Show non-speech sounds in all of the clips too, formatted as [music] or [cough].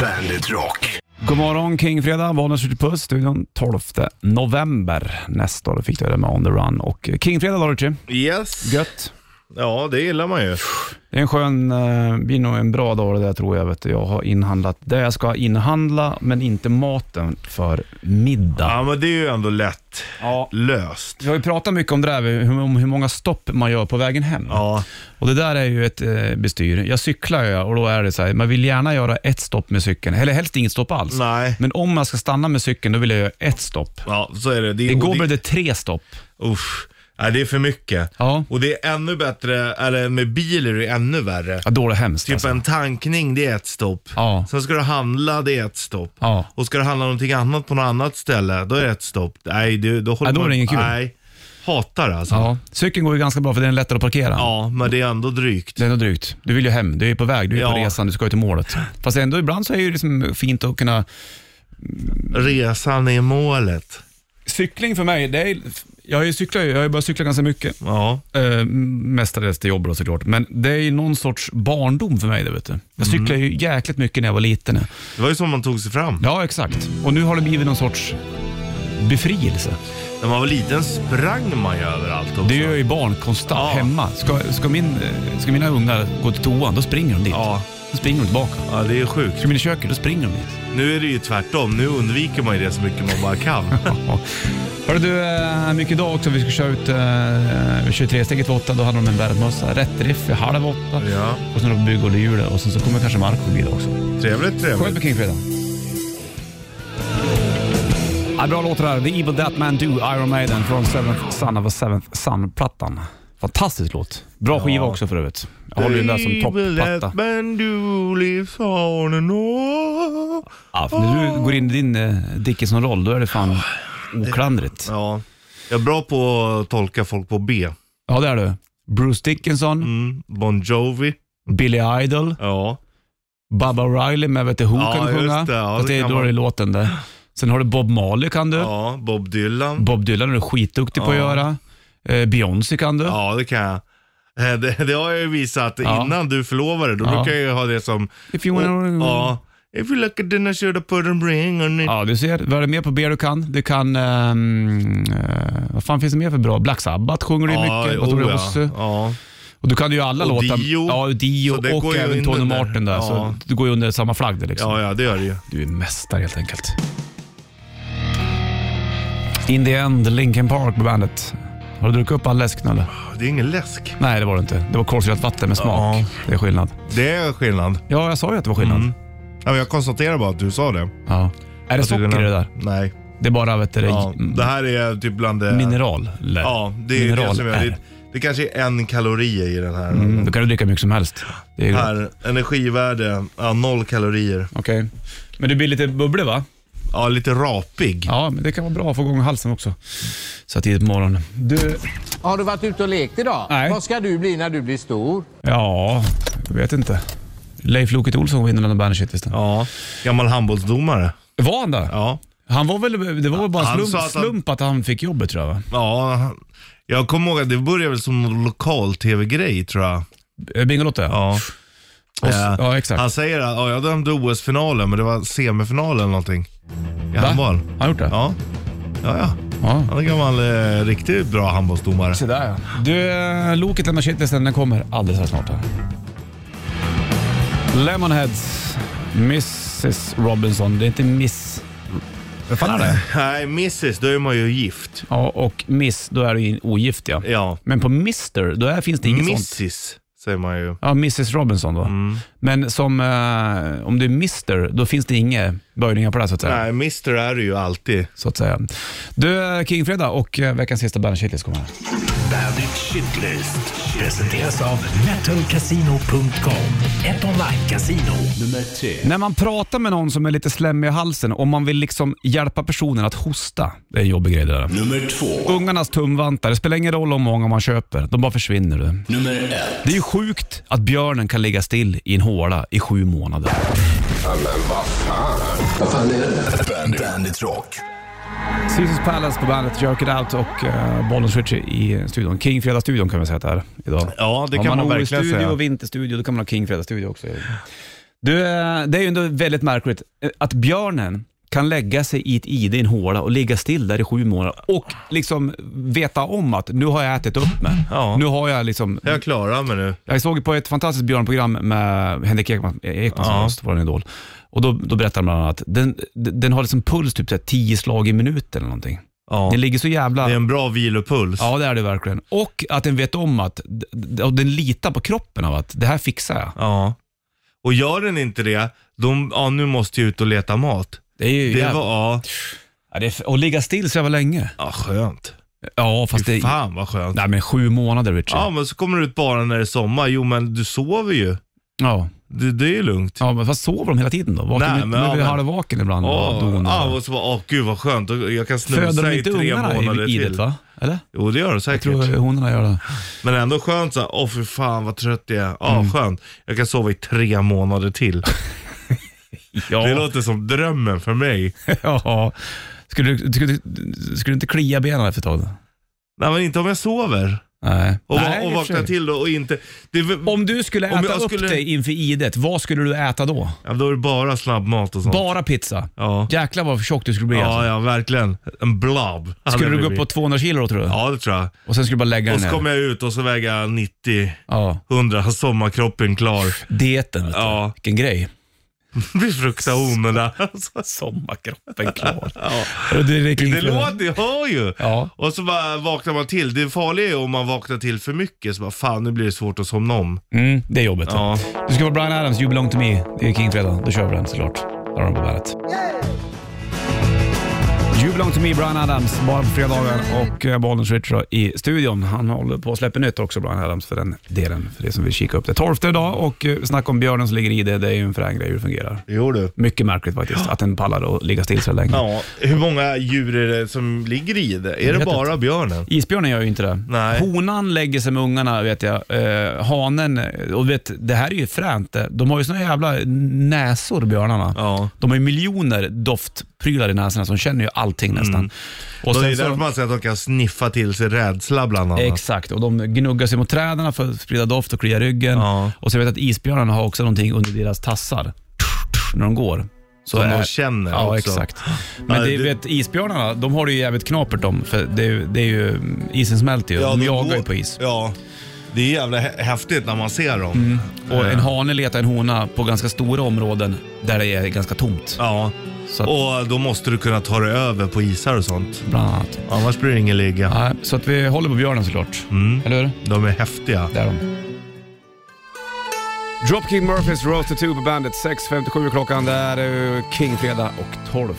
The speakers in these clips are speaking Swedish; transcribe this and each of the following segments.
Väldigt rock. God morgon Kingfredag, Bollnäs skjuter puss, studion 12 november. Nästa år då fick du det med On The Run och eh, Kingfredag då Richie. Yes. Gött. Ja, det gillar man ju. Det är en skön, eh, blir nog en bra dag det där tror jag. Vet du. Jag har inhandlat det jag ska inhandla, men inte maten för middag. Ja, men det är ju ändå lätt Ja. löst. Vi har ju pratat mycket om det där, hur- om hur många stopp man gör på vägen hem. Ja, Och Det där är ju ett eh, bestyr. Jag cyklar ju och då är det så här, man vill gärna göra ett stopp med cykeln, eller helst inget stopp alls. nej. Men om man ska stanna med cykeln, då vill jag göra ett stopp. Ja, så är det. det är, Igår blev det... det tre stopp. Usch. Nej, det är för mycket. Ja. Och det är ännu bättre, eller med bil är det ännu värre. Ja, då är det hemskt Typ alltså. en tankning, det är ett stopp. Ja. Sen ska du handla, det är ett stopp. Ja. Och ska du handla någonting annat på något annat ställe, då är det ett stopp. Nej, du, då håller Nej, då är det man... inget kul. Nej, hatar alltså. Ja. Cykeln går ju ganska bra för den är lättare att parkera. Ja, men det är ändå drygt. Det är ändå drygt. Du vill ju hem, du är på väg, du är på Ja. resan, du ska ju till målet. Fast ändå ibland så är det ju liksom fint att kunna... Resan är målet. Cykling för mig, det är... Jag har ju cyklat, jag har ju börjat cykla ganska mycket. Ja, Eh, mestadels till jobb då såklart. Men det är ju någon sorts barndom för mig det vet du. Jag cyklade ju jäkligt mycket när jag var liten. det var ju så man tog sig fram. Ja, exakt. Och nu har det blivit någon sorts befrielse. När man var liten sprang man ju överallt också. Det gör ju barn konstant Ja. hemma. Ska, ska, min, eh, ska mina ungar gå till toan, då springer de dit. Ja. Då springer de tillbaka. Ja, det är sjukt. Ska de in i köket, då springer de dit. Nu är det ju tvärtom. Nu undviker man ju det så mycket man bara [laughs] kan. Hörru du, eh, mycket idag också. Vi ska köra ut eh, 23 steget vid 8. Då hade de en bärmössa. Rätt riff vid halv åtta. Ja. Och sen då på bygg och hjulet. Och sen så kommer kanske Marco förbi då också. trevligt, Skönt trevligt. med Kingfredag. Ja, bra låt det där. The Evil That Man Do, Iron Maiden från Seventh Son of a Seventh Son-plattan. Fantastisk låt. Bra skiva också för övrigt. Jag håller ju den där som topplatta. Men du lives on and on. Ja, för när du går in i din eh, Dickinson-roll, då är det fan oklandrigt. Ja. Jag är bra på att tolka folk på B. Ja, det är du. Bruce Dickinson, Mm. Bon Jovi. Billy Idol, Ja. Baba Riley med vet du, Who Ja, kan du just sjunga. det. Ja, Fast det det är kan då man. det är låten där. Sen har du Bob Marley kan du. ja. Bob Dylan. Bob Dylan är du skitduktig på att Ja. göra. Eh, Beyoncé kan du. Ja, det kan jag. Eh, Det, det har jag ju visat Ja. innan du förlovade. Då Ja. brukar jag ju ha det som... If you wanna- ja. If you look at dinner, should I put a ring on it? Mm. Ja, du ser. Vad är det mer på B du kan? Du kan... ehm, eh, vad fan finns det mer för bra? Black Sabbath sjunger du ju mycket. Och, oh, Tore ja. Rosse. ja. och du kan ju alla Och låtar. Dio. Ja, och Dio Så det och går ju även Tony under där. Martin där. Så Ja. du går ju under samma flagg där liksom. ja, ja, det gör det ju. Du är mästare helt enkelt. In the end, Linkin Park på bandet. Har du druckit upp all läsk nu eller? Det är ingen läsk. Nej, det var det inte. Det var kolsyrat vatten med smak. Ja. Mm. Det är skillnad. Det är skillnad. Ja, jag sa ju att det var skillnad. Ja, men jag konstaterar bara att du sa det. Ja. Är det Att socker i det där? Nej. Det är bara vet du, Ja, mm, det här är typ bland det... mineral? eller? Ja, det är mineral det som jag... är Det, det. det kanske är en kalori i den här. Mm, då kan du dricka hur mycket som helst. Det är gott. Här, energivärde, ja, noll kalorier. Okej. Men du blir lite bubblig va? Ja, lite rapig. Ja, men det kan vara bra att få igång halsen också. Så tidigt på morgonen. Du, Har du varit ute och lekt idag? Nej. Vad ska du bli när du blir stor? ja, jag vet inte. Leif Loket Olsson var inne och bandade shit visst. Ja. Gammal handbollsdomare. Var han där? Ja. Han var väl, det var väl bara Han slump, sa att han- slump att han fick jobbet tror jag va? Ja, han- jag kommer ihåg att det började väl som någon lokal-tv-grej tror jag. Eh, Bingolotto ja. Ja. Och s- Eh, ja, exakt. Han säger att ja, jag dömde OS-finalen, men det var semifinalen eller någonting. I Va? handboll. Har han gjort det? Ja. ja, ja. Ja. Han är gammal eh, riktigt bra handbollsdomare. Se där ja. Du, eh, Loket lämnar shitlisten. Den kommer alldeles här snart. Här. Lemonheads, Mrs Robinson. Det är inte Miss... Vad fan är det? Nej, Mrs, då är man ju gift. Ja, och Miss, då är du ju ogift ja. Ja. Men på Mr, då är, finns det inget sånt. Mrs, säger man ju. Ja, Mrs Robinson då. Men som, eh, om du är Mr, då finns det inga böjningar på det här, så att säga. Nej, Mr är det ju alltid. Så att säga. Du, eh, Kingfredag och eh, veckans sista bandshitlis kommer här. Bandit Shitlist presenteras av metalcasino.com. Ett online-casino. Nummer tre. När man pratar med någon som är lite slemmig i halsen, om man vill liksom hjälpa personen att hosta, det är en jobbig grej det där. Nummer två. Ungarnas tumvantar, det spelar ingen roll hur många man köper, de bara försvinner. Du. Nummer ett. Det är ju sjukt att björnen kan ligga still i en håla i sju månader. Bandit, Bandit Rock. Caesars Palace på bandet Jerk It Out och uh, Bollens Ritchie i studion. King Fredag-studion kan vi säga att det är idag. Ja, det Om kan man har verkligen OS-studio säga. och vinterstudio, då kan man ha King Fredag-studio också. Du, eh, det är ju ändå väldigt märkligt eh, att björnen kan lägga sig i ett ide i en håla och ligga still där i sju månader och liksom veta om att nu har jag ätit upp mig. Ja. Nu har jag liksom... Jag klarar mig nu. Jag såg på ett fantastiskt björnprogram med Henrik Ekman, E- Ekman som Ja. ja. var en idol. Och då, då berättade han bland annat att den, den har liksom puls typ så här 10 slag i minuten eller någonting. Ja. Den ligger så jävla... Det är en bra vilopuls. Ja, det är det verkligen. Och att den vet om att, d- d- och den litar på kroppen av att det här fixar jag. Ja. Och gör den inte det, de, ja nu måste jag ut och leta mat. Det är ju Det jävla... var, ja, ja, det är f- och ligga still så jävla länge. ja skönt. Ja, fast det... Fan vad skönt. Nej men sju månader Richard. Ja men så kommer du ut bara när det är sommar. Jo men du sover ju. Ja. Det, det är ju lugnt. ja, men fast sover de hela tiden då? Vaknar Nej, de men- ja, men... men- halvvaken ibland? Ja, och donar? ja, och så bara, åh gud vad skönt. Jag kan Föder snusa de i inte tre ungarna månader i idet till. va? Eller? Jo det gör de säkert. Jag tror honorna gör det. Men ändå skönt såhär, åh för fan vad trött jag är. Ja Mm. skönt, jag kan sova i tre månader [laughs] till. Ja. Det låter som drömmen för mig. [laughs] ja. Skulle du, skulle, du- skulle du inte klia benen efter ett tag? då? Nej men inte om jag sover. Nej. Och, va- Nej, i och för sig. vaknar till då och inte... Det är, väl- Om du skulle Om äta jag skulle- upp dig inför idet, vad skulle du äta då? ja, då är det bara snabbmat och sånt. Bara pizza? ja. Jäklar vad tjock du skulle bli alltså. ja, ja verkligen. En blob. hade Skulle jag du gå upp blivit. på 200 kilo då, tror du? Ja det tror jag. Och sen skulle du bara lägga Och den så ner? kommer jag ut och så väger jag 90, Ja. 100, har sommarkroppen klar. Dieten vet du. Ja. Vilken grej. Blir frukta [laughs] onorna. [laughs] Sommarkroppen klar. Ja. Alltså, det dricker Det ingen kväll. låter, jag hör ju. Ja. Och så bara vaknar man till. Det farliga är ju om man vaknar till för mycket, så bara fan nu blir det svårt att somna om. Mm, det är jobbigt. Ja. Du ska vara Brian Adams, You belong to me. Det är King-fredag. Då kör vi den såklart. Där har de på bandet. You belong to me, Brian Adams, bara på fredagar och eh, Bollnäs Richard i studion. Han håller på att släppa nytt också, Brian Adams, för den delen, för det som vill kika upp det. Torfte idag och eh, snack om björnen som ligger i det, det är ju en frän grej hur det fungerar. Jo du. Mycket märkligt faktiskt, att den pallar att ligga still så länge. Ja, hur många djur är det som ligger i det? Är det vet bara björnen? Isbjörnen gör ju inte det. Nej. Honan lägger sig med ungarna vet jag. Eh, hanen, och du vet, det här är ju fränt. De har ju såna jävla näsor björnarna. Ja. De har ju miljoner doftprylar i näsorna så de känner ju allting nästan. Och Mm. Och det sen är så- därför man säger att de kan sniffa till sig rädsla bland annat. Exakt, och de gnuggar sig mot träden för att sprida doft och klia ryggen. Ja. Och så vet jag att isbjörnarna har också någonting under deras tassar när de går. Så Som är- de känner Ja, också. exakt. Men Ja, det, det- vet, isbjörnarna, de har det ju jävligt knapert om, för det är, ju- det är ju, isen smälter ju. de jagar ju går- på is. Mm. Ja, det är jävla hä- häftigt när man ser dem. Eh, Och en hane letar en hona på ganska stora områden där det är ganska tomt. Ja, Så att, och då måste du kunna ta dig över på isar och sånt. bland annat. Annars blir det ingen ligga. Nej, så att vi håller på björnen såklart. Eller hur? De är häftiga. Det är de. Dropkick Murphys Roasted 2 på bandet. 6.57 klockan. Det här är ju King-fredag och 12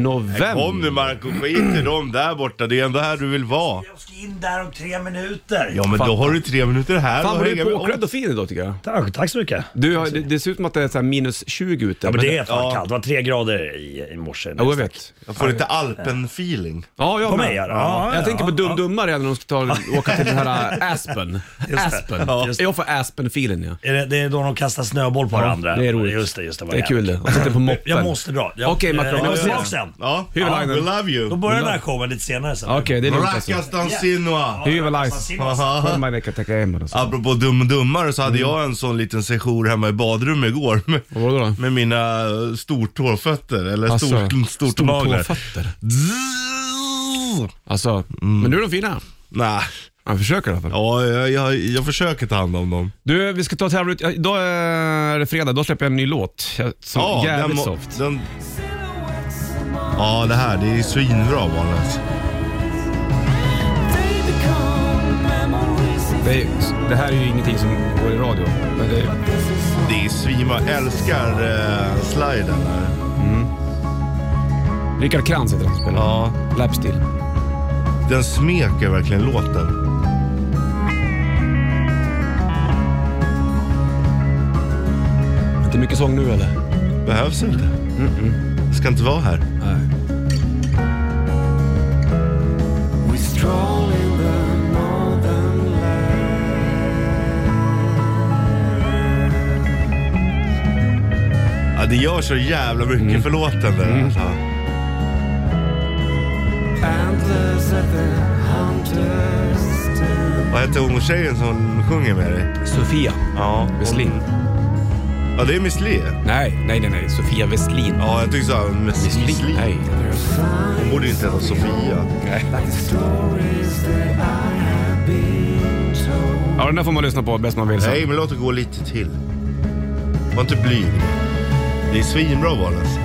november. Kom nu Marco, skit i dem där borta. Det är ändå här du vill vara. Jag ska in där om tre minuter. Ja, men då har du tre minuter här Fan att vad du hänga är med påklädd oss. och fin idag tycker jag. Tack, tack så mycket. Du, har- det, det ser ut som att det är så här minus 20 ute. Ja, men det är fan ja. kallt. Det var tre grader i, i morse. Ja, jag vet. Jag får lite alpen-feeling. Ja, jag På med. mig, ja. Ja, jag ja, tänker på ja. Dum Dummare när de ska ta, åka till den [laughs] här äh, Aspen. Just det. Aspen. Ja. Just det. Jag får Aspen-feeling ja. Är det, det är då de kastar snöboll på varandra. det är roligt. Just det, just det. vad Det är kul det. Och sitter på moppen. Jag måste dra. Jag- Okej, Macron. Jag är Ja, tillbaka ja. sen. Ja, Hyvelainen. we love Då you. börjar den här showen lite senare sen. Okej, det är lugnt alltså. Rakastan sinua. Hyvelice. Haha. Kommer man att täcka hem och så. Apropå dum och dummare så hade Mm. jag en sån liten session hemma i badrummet igår. [laughs] Med, Vad var det då? med mina eh, stortåfötter, eller Alltså, stor, stortånaglar. stortåfötter. Zzzz. Alltså, men nu är de fina. Nej, Jag försöker i alla fall. Mm. ja, jag, jag, jag försöker ta hand om dem. Du, vi ska ta och tävla ut. ja, Idag är det fredag, då släpper jag en ny låt. Jag- Så Ja, jävligt må- soft. Den... Ja, det här, det är svinbra barnet. Det, är, det här är ju ingenting som går i radio. Men det är, Det är svinbra, jag älskar eh, sliden här. Rickard Krantz heter han som spelar. Ja, Lapsteel. den smeker verkligen låten. Inte mycket sång nu eller? Behövs inte. Jag ska inte vara här. Nej. Ja, det gör så jävla mycket för låten där. Alltså. Vad heter hon tjejen som sjunger med dig? Sofia Ja. med Slim. Ja, det är Miss Li. Nej, nej, nej, nej. Sofia Westlin. Ja, jag tyckte såhär, Miss, Miss Li. Nej. Hon borde ju inte heta Sofia. Ja, den där får man lyssna på bäst man vill. Nej, Sen. men låt det gå lite till. Var inte blyg. Det är svinbra val alltså.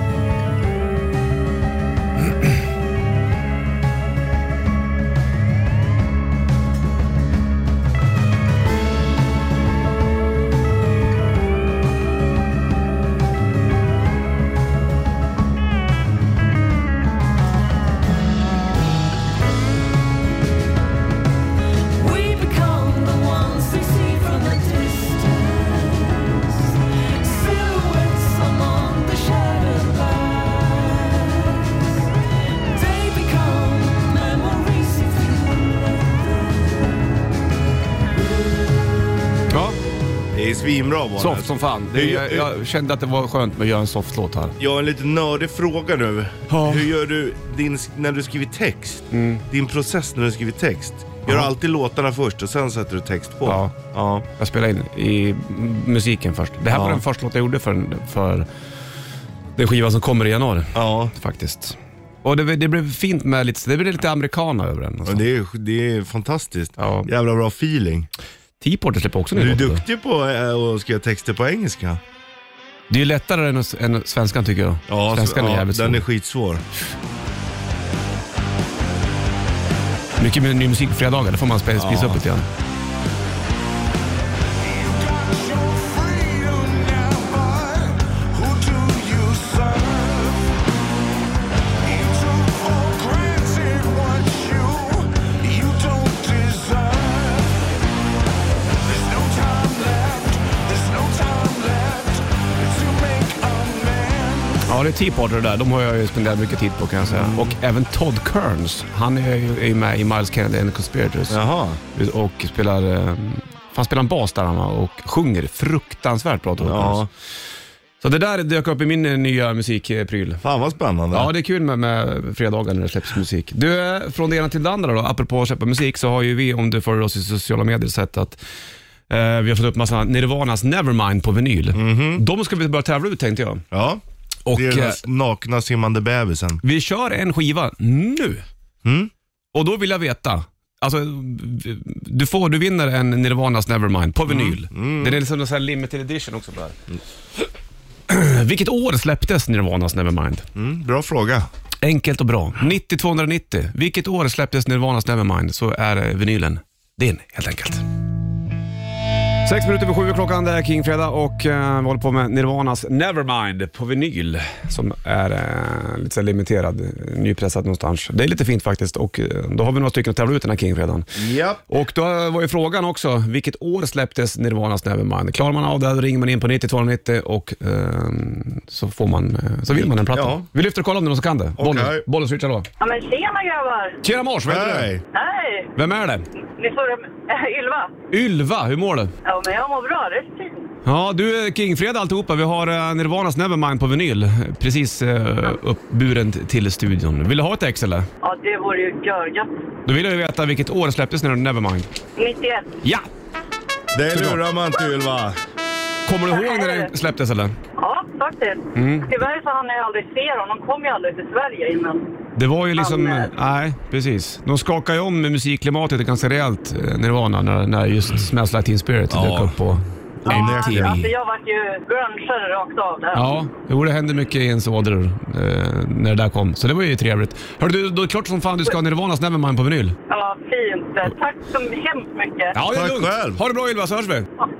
We become the ones they see from a distance, silhouettes among the shattered lights. They become memories if Ja, Det är svinbra val. soft som fan. Hur, Det, jag, jag kände att det var skönt med att göra en soft-låt här. jag har en lite nördig fråga nu. Ja. Mm. Hur gör du din, sk- när du skriver text? Din process när du skriver text. Gör du alltid låtarna först och sen sätter du text på? Ja. ja. Jag spelade in i m- musiken först. Det här Ja. var den första låt jag gjorde för, för den skiva som kommer i januari. Ja. Faktiskt. Och det, det blev fint med lite, det blev lite americana över den. och så. Men det, är, det är fantastiskt. Ja. Jävla bra feeling. T-Porter släpper också en Du är ny låt. duktig på eh, att skriva texter på engelska. Det är ju lättare än, än svenskan tycker jag. svenskan är ja, jävligt den svår. är skitsvår. Mycket med ny musik på fredagar, det får man spela, spisa upp lite grann. Ja, det är T-Porter det där. De har jag ju spenderat mycket tid på kan jag säga. Mm. Och även Todd Kearns. Han är ju är ju med i Miles Kennedy and the Conspirators. Jaha. Och spelar... eh, Han spelar en bas där han va, och sjunger fruktansvärt bra. Todd Ja. Kearns. Så det där dök upp i min eh, nya musikpryl. Fan vad spännande. Ja, det är kul med, med fredagar när det släpps musik. Du, eh, från det ena till det andra då, apropå att släppa musik, så har ju vi, om du följer oss i sociala medier, sett att eh, vi har fått upp massa Nirvanas Nevermind på vinyl. De ska vi börja tävla ut tänkte jag. Ja. Och Mhm. det är den eh, här nakna simmande bebisen. vi kör en skiva nu. Och då vill jag veta, alltså, du, får, du vinner en Nirvanas Nevermind på vinyl. Den är liksom en sån här limited edition också. Där. [clears throat] Vilket år släpptes Nirvanas Nevermind? Mm, bra fråga. Enkelt och bra. 90-290. Vilket år släpptes Nirvanas Nevermind så är eh, vinylen din helt enkelt. Sex minuter över sju är klockan, det är Kingfredag och eh, vi håller på med Nirvanas Nevermind på vinyl som är eh, lite så här limiterad, eh, nypressad någonstans. Det är lite fint faktiskt och eh, då har vi några stycken att tävla ut den här Kingfredagen. Japp. Och då var ju frågan också, vilket år släpptes Nirvanas Nevermind? Klarar man av det, då ringer man in på 90-290 och ehm, så, får man, eh, så vill man en platta. Ja. Vi lyfter och kollar om det är någon som kan det. Bollen, Okej. bollen switchar då. Ja men tjena grabbar! Tjena mors, vad heter Hej. Hej! du? Vem är det? Ni får [laughs] Ylva. Ylva, hur mår du? Ja men jag mår bra, det är fint. Ja, du är Kingfredag alltihopa. Vi har eh, Nirvanas Nevermind på vinyl eh, precis eh, uppburen t- till studion. Vill du ha ett ex eller? Ja det vore ju görgött. Då vill jag ju veta vilket år släpptes Nevermind. 91. Ja! Det lurar man inte Ylva. Kommer du ihåg när den släpptes eller? Ja faktiskt. Mm. Tyvärr så hann jag aldrig se dem, de kom ju aldrig till Sverige innan. Det var ju liksom... Fan, nej. Nej, precis. De skakade ju om musikklimatet ganska rejält, eh, Nirvana, när, när just Smells Like Teen Spirit Ja. dök upp på MTV. Alltså jag vart ju grungeare rakt av där. Ja, jo, det hände mycket i ens ådror eh, när det där kom, så det var ju trevligt. Hörru du, då är det klart som fan du ska ha Nirvanas Nevermind på vinyl. Ja, fint. Tack så hemskt mycket. Ja, det är Tack lugnt. själv. Ha det bra Ylva, så hörs vi.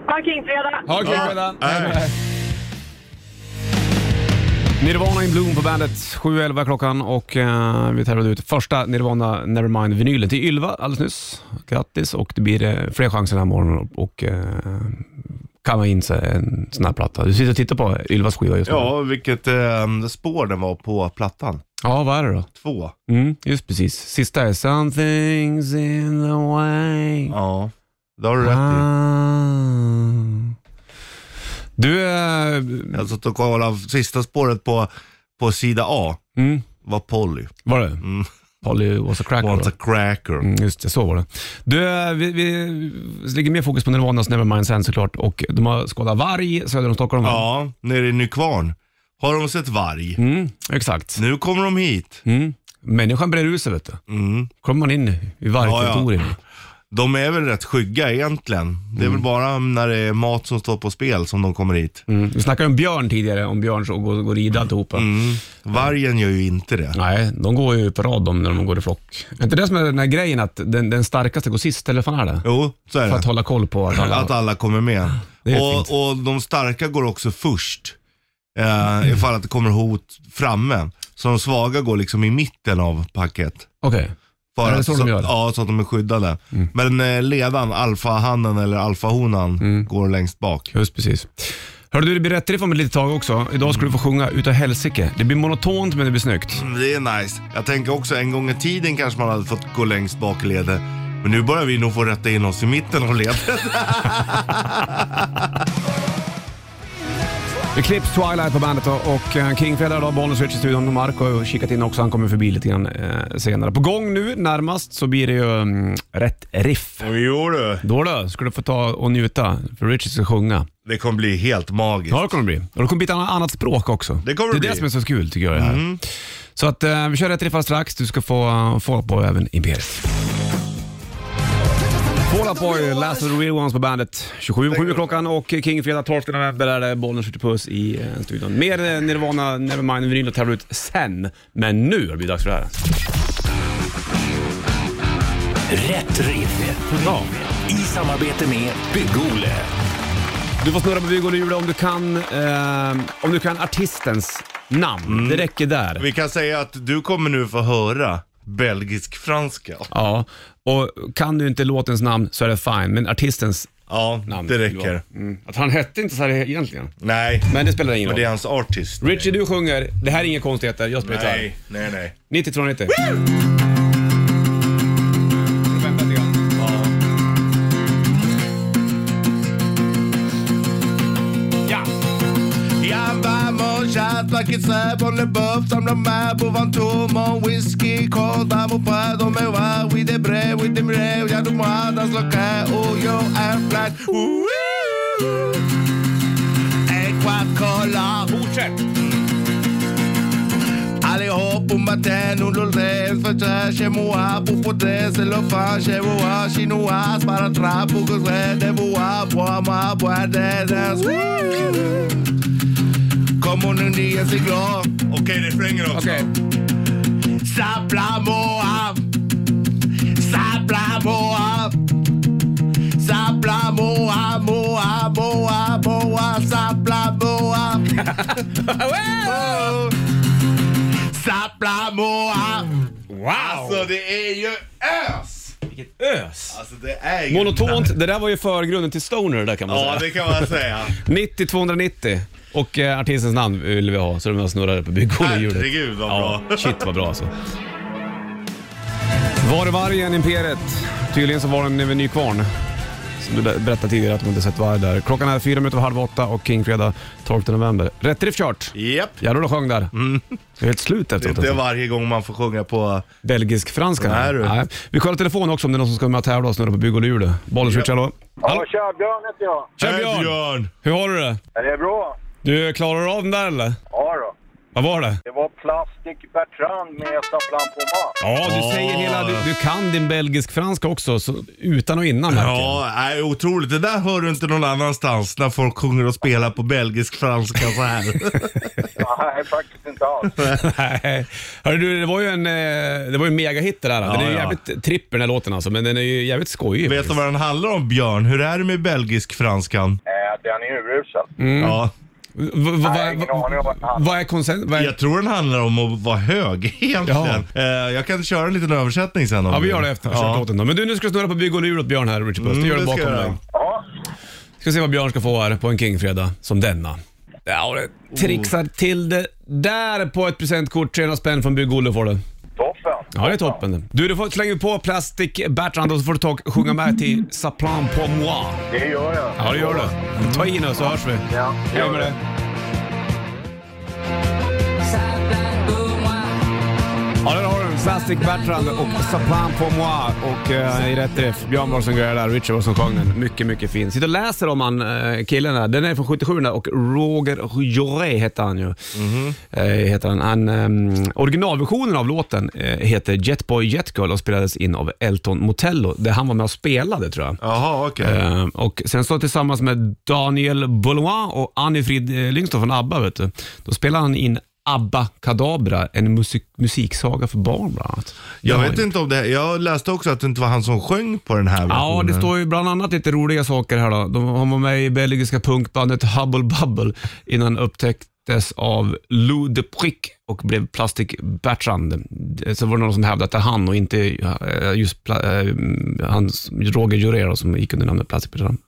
Ha kingfredag! Ha kul Ja, fredag. hej. Nirvana in Bloom på bandet, 7.11 klockan och eh, vi tävlade ut första Nirvana Nevermind-vinylen till Ylva alldeles nyss. Grattis och det blir eh, fler chanser den här morgonen och eh, kamma in sig en sån här platta. Du sitter och tittar på Ylvas skiva just nu. Ja, vilket eh, spår den var på plattan. ja, vad är det då? Två. Mm, just precis. Sista är “Something's in the way”. Ja, det har du rätt i. Ah. Du, eh, Jag satt och kollade sista spåret på, på sida A. Mm. Var Polly. var det? Holly was a cracker. Wants då. Mm. a cracker. Mm, Just det, så var det. Du, eh, vi, vi lägger mer fokus på Nirvanas Nevermind sen såklart och de har skådat varg söder om Stockholm. va? Ja, nere i Nykvarn. Har de sett varg? Mm, exakt. Mm. Nu kommer de hit. Människan brer ut sig vet du. Mm. kommer man in i vargterritorium. De är väl rätt skygga egentligen. Det är väl bara när det är mat som står på spel som de kommer hit. Mm. Vi snackade om björn tidigare, om björn som går, går och rida alltihopa. Mm. Vargen gör ju inte det. Nej, de går ju på rad de när de går i flock. Är inte det som är den här grejen att den, den starkaste går sist, eller vad fan är det? Jo, så är För att det. hålla koll på att alla... Att alla kommer med. Det är fint. Och, och de starka går också först. Eh, ifall att det kommer hot framme. Så de svaga går liksom i mitten av packet. Okej. För Är det att, så de gör? Mm. Ja, så att de är skyddade. Men eh, ledan, alfahannen eller alfahonan, Mm. går längst bak. Just precis. Hörde du, det blir rätt riff om ett litet tag också. Idag ska du få sjunga Utav helsike. Det blir monotont men det blir snyggt. Det är nice. Jag tänker också en gång i tiden kanske man hade fått gå längst bak i ledet. Men nu börjar vi nog få rätta in oss i mitten av ledet. Eclipse Twilight på bandet och, och eh, Kingfredag idag, Bollnäs Rich i studion. Marco har kikat in också, han kommer förbi lite grann eh, senare. På gång nu närmast så blir det ju mm, rätt riff. [laughs] jo du. Då då, ska du få ta och njuta, för Richie ska sjunga. Det kommer bli helt magiskt. Ja, det kommer det bli. Och det kommer bli ett annat- annat språk också. Det kommer det det är bli. Mm. det som är så kul tycker jag. Det här. Så att eh, vi kör rätt riffar strax. Du ska få få på även Imperiet. Fall Out Boy, Last of the Real Ones på bandet. 27 7 klockan och King Fredag 12 november är det Bollnäs skjuter puss i eh, studion. Mer eh, Nirvana Nevermind-vinyl att tävla ut sen, men nu har det blivit dags för det här. Rätt riff. Ja. I samarbete med Bygg-Ole. Du får snurra på Viggo Jula om du kan eh, om du kan artistens namn. Det räcker där. Mm. Vi kan säga att du kommer nu få höra belgisk-franska. Ja, och kan du inte låtens namn så är det fine, men artistens Ja, namn. det skulle vara- räcker. Mm. Att han hette inte så här egentligen. Nej, Men det spelar ingen men det är roll. hans artist. Richie, du sjunger. Det här är inga konstigheter. Jag spelar gitarr. Nej, nej, nej. 90 från 90. Ja, vamos ya hasta que se pone pop Samla mig er på van tomo whisky Korta på bröd och med var With det brev, with det brev Ja, du må dansa lokal och jag är flat En kvart cola Fortsätt! Allihop på matin, hon låg rädd för trä Chez moi, pour poter, cellofan Chez moi, chinois, bara trapp Och gå rädd, det boa, boa, ma, boa, det, det, Woo! Como en un día se gló. Ok, refrängen också. Okej. Saplamoa. Saplamoa. Saplamoa, moa, moa, moa, saplamoa. [laughs] Oh. Saplamoa. Wow! Alltså det är ju ös! vilket ös! Alltså det är ju... Monotont. Det där var ju förgrunden till Stoner det där kan man Ja, säga. det kan man säga. 90 290 och eh, artistens namn vill vi ha så de snurrar på byggkollehjulet. Herregud, vad bra. Ja, [laughs] shit vad bra alltså. Var är vargen Imperiet? Tydligen så var den över Nykvarn. Som du be- berättade tidigare att de inte sett varg där. Klockan är fyra minuter över halv åtta och King fredag 12 november. Rätt riff kört. Japp. Jävlar du sjöng där. Jag är helt slut Det är efteråt. inte Alltså. varje gång man får sjunga på... Belgisk-franska. Nej, du. Vi kollar telefon också om det är någon som ska med och tävla och snurra på bygg och hjulet. Bollen switch, hallå? hallå? Tja, Björn heter jag. Tja Hej, Björn! Björn! Hur har du det? Är det bra? Du, klarar du av den där eller? Ja då. Vad var det? Det var Plastic Bertrand med Saplan på mat. Ja, du Ja. säger hela... Du, du kan din belgisk-franska också, så utan och innan verkligen. Ja, nej, otroligt. Det där hör du inte någon annanstans när folk sjunger och spelar på belgisk-franska så här. [laughs] Nej, faktiskt inte alls. [laughs] Nej. Hörru du, det var ju en, eh, det var ju en megahit det där. den Ja, är ju ja. jävligt tripp den här låten alltså, men den är ju jävligt skojig. Vet du vad den handlar om Björn? Hur är det med belgisk-franskan? Eh, Den är urusel. Mm. Ja, V- v- vad- Nej, ingen vad- aning om vad den handlar om. Vad är konsen... Vad är... jag tror den handlar om att vara hög [laughs] egentligen. Eh, Jag kan köra en liten översättning sen om Ja, vi du gör vill. det efter Ja. låten då. Men du, nu ska du snurra på bygg och lur åt Björn här, Richard Puss. Mm, Du gör det det ska bakom jag mig. göra. Ja, Ska se vad Björn ska få här på en Kingfredag, som denna. Ja, och det trixar till det där på ett presentkort. 300 spänn från bygg och får du. toppen. Ja, det är toppen. Du, du får slänga på Plastic Bertrand och så får du ta och sjunga med till Saplan på moi. Det gör jag. Ja, det gör du. Ta i nu så hörs vi. Ja, det Hej gör med dig. det. Ja, där har du den. Plastic Bertrand och Saplan på moi och eh, i rätt träff. Björn var som grälade, Richard var som sjöng den. Mycket, mycket fin. Sitter och läser om han eh, killen där. Den är från 77 där och Roger Joré heter han ju. Mhm. Eh, heter han. han ehm, originalversionen av låten eh, heter Jetboy Jetgirl och spelades in av Elton Motello där han var med och spelade tror jag. Jaha, okej. Eh, och sen så tillsammans med Daniel Boulois och Annie Frid eh, Lyngstad från ABBA, vet du, då spelade han in ABBA Kadabra, en musik, musiksaga för barn bland annat. Jag Det var vet ju- inte om det, jag läste också att det inte var han som sjöng på den här Ja, det står ju bland annat lite roliga saker här då. De han var med i belgiska punkbandet Hubble Bubble innan han upptäcktes av Lou de Prick och blev Plastic Bertrand. Så var det någon som hävdade att det är han och inte eh, just pla- eh, hans Roger Jurero som gick under namnet Plastic Bertrand.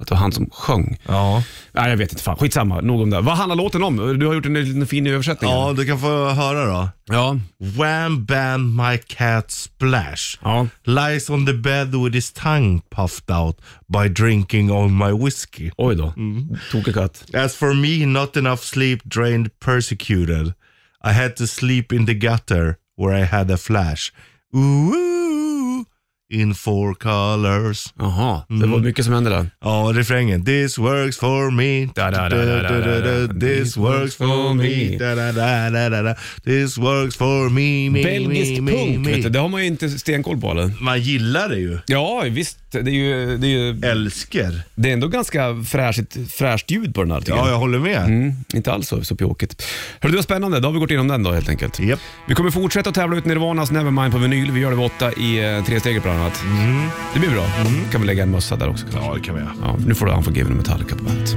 Att det var han som sjöng. Ja. Nej, jag vet inte. Fan. Skitsamma, nog om det. Vad handlar låten om? Du har gjort en liten fin översättning. ja, du kan få höra då. Ja. Wham bam my cat splash. Ja. Lies on the bed with his tongue puffed out by drinking on my whiskey. Oj då. Tokig katt. As for me, not enough sleep, drained, persecuted. I had to sleep in the gutter where I had a flash. Ooh, in four colors. Jaha, det Mm. var mycket som hände där. Ja, refrängen. This works for me. Da, da, da, da, da, da, da. This works for me. Da, da, da, da, da, da. This works for me. me Belgisk me, me, punk, me. vet du, det har man ju inte stenkoll på eller? Man gillar det ju. Ja, visst. Det är ju, det är ju Älskar. det är ändå ganska fräschigt, fräscht ljud på den här tycker Ja, jag. jag håller med. Mm, inte alls så, så pjåkigt. Hörru, det var spännande. Då har vi gått igenom den då helt enkelt. Japp. Vi kommer fortsätta att tävla ut Nirvanas Nevermind på vinyl. Vi gör det vid åtta i eh, tre steget bland annat. Det blir bra. kan vi lägga en mössa där också kanske. Mm. Ja, det kan vi göra. Ja, nu får du Unforgiven Metallica på bandet.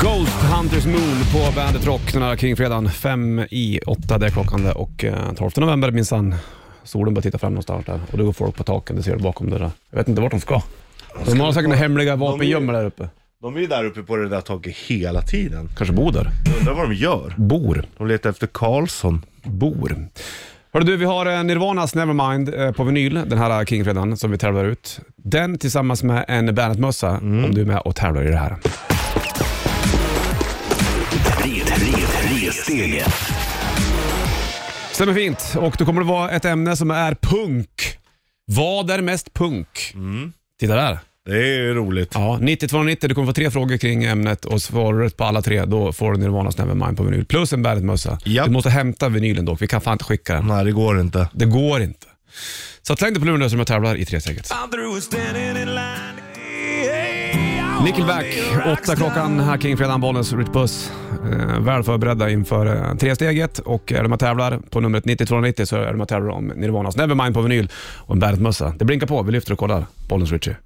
Ghost Hunters Moon på Bandet Rock den här kringfredagen. Fem i åtta, det är klockan det. Och eh, 12 november minsann. Solen börjar titta fram någonstans där och det går folk på taken, det ser du bakom det där. Jag vet inte vart de ska. De har säkert hemliga vapengömmor där uppe. De är ju där uppe på det där taket hela tiden. Kanske bor där. Undrar vad de gör. Bor. De letar efter Karlsson. Bor. Hörru du, vi har eh, Nirvanas Nevermind eh, på vinyl den här kringfredagen som vi tävlar ut. Den tillsammans med en Bandet-mössa om du är med och tävlar i det här. Red, red, resstegen. Stämmer fint. Och då kommer det vara ett ämne som är punk. Vad är mest punk? Titta där. Det är ju roligt. Ja, 9290. Du kommer få tre frågor kring ämnet och svaret på alla tre, då får du Nirvanas Nevermind på vinyl. Plus en Bandet-mössa. Japp. Du måste hämta vinylen dock. Vi kan fan inte skicka den. Nej, det går inte. Det går inte. Så släng dig på luren där som jag tävlar i tre steget. Nickelback, åtta klockan här kring Fredan Bollens Rich Puss. Eh, väl förberedda inför eh, tresteget och är de och tävlar på numret 9290 så är de och tävlar om Nirvanas Nevermind på vinyl och en Bandet-mössa. Det blinkar på, vi lyfter och kollar. Bollens Richie.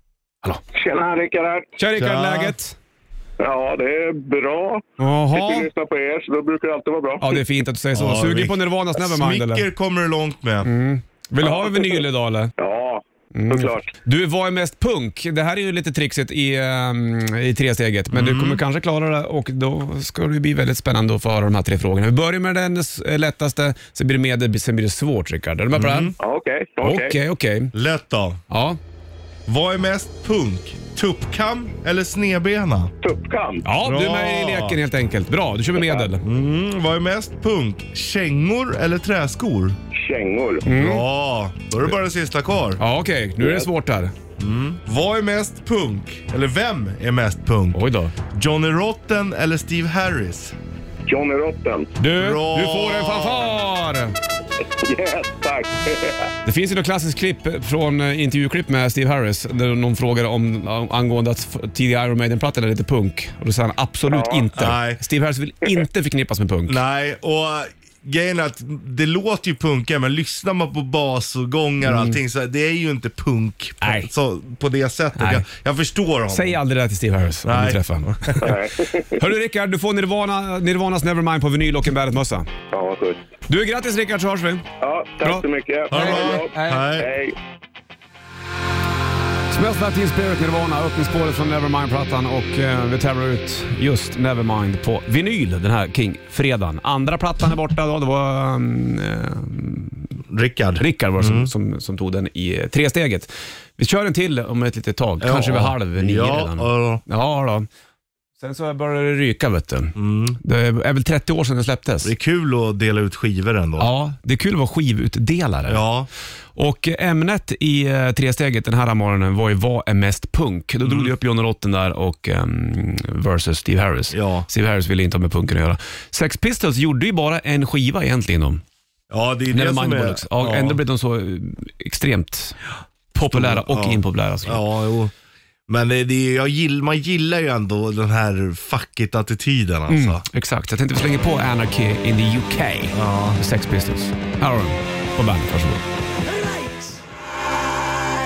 Tjena Rickard! Tja Rickard, Tja. läget? Ja, det är bra. Vi Jaha. lyssnar på er, så då brukar det alltid vara bra. Ja, det är fint att du säger så. Ja, Sugen Rick- på Nirvanas Nevermind eller? Mm. Smicker kommer du långt med. Vill du ha vinyl idag eller? Ja, Mm. såklart. Du, vad är mest punk? Det här är ju lite trixigt i, um, i tresteget, men Mm. du kommer kanske klara det och då ska det bli väldigt spännande att få höra de här tre frågorna. Vi börjar med den s- eh, lättaste, sen blir det medel, sen blir det svårt Rickard. Är du med på Mm. det? Ja, Okej, okej. Okej, okej. Lätt då. Ja. Vad är mest punk? Tuppkam eller snedbena? Tuppkam. ja, du är Bra. med i leken helt enkelt. Bra, du kör med medel. Mm, vad är mest punk? Kängor eller träskor? Kängor. Bra! Då är det bara den sista kvar. Mm. Ja, okej. Nu är det svårt här. Vad är mest punk? Eller vem är mest punk? Oj då. Johnny Rotten eller Steve Harris? Johnny Rotten. Du, Bra. du får en fanfar! Yes, tack. Det finns ju något klassiskt klipp från eh, intervjuklipp med Steve Harris där någon frågar om om- angående att f- tidiga Iron Maiden-plattan är lite punk. Och då säger han absolut inte. Nej. Steve Harris vill inte förknippas med punk. Nej, och äh, grejen är att det låter ju punka men lyssnar man på basgångar och allting så det är ju inte punk på, Mm. Nej. så, på det sättet. Nej. Jag, jag förstår honom. Säg aldrig det där till Steve Harris om Nej. du träffar honom. Hörru Rickard, du får Nirvana, Nirvanas Nevermind på vinyl och en Bandet-mössa. Ja, vad schysst. Du, grattis Rickard så hörs vi. Ja, tack Bra. så mycket. Ha det Hej bra. då. Hej. Hej. Smells Like Teen Spirit Nirvana, öppningsspåret från Nevermind-plattan och eh, vi tävlar ut just Nevermind på vinyl den här King-fredagen. Andra plattan är borta då, det var mm, eh, Rickard. Rickard var det Mm. som, som, som tog den i eh, tresteget. Vi kör en till om ett litet tag, kanske vid halv nio ja, redan. Ja, Ja, då. Sen så började det ryka vet du. Mm. Det är väl 30 år sedan det släpptes. Det är kul att dela ut skivor ändå. Ja, det är kul att vara skivutdelare. Ja. Och ämnet i eh, tresteget den här morgonen var ju vad är mest punk? Då Mm. drog du upp Johnny Rotten där och ehm, versus Steve Harris. Ja. Steve Harris ville inte ha med punken att göra. Sex Pistols gjorde ju bara en skiva egentligen. De. Ja, det är det som Nevermind är... Bollocks. Ja, Ändå blev de så eh, extremt populära och ja. impopulära. såklart. Ja, jo. Men det, det, jag gill, man gillar ju ändå den här fuck it-attityden Mm. alltså. Exakt, jag tänkte vi slänger på Anarchy in the UK. Sex Pistols. Här har du den. på bandet, varsågod.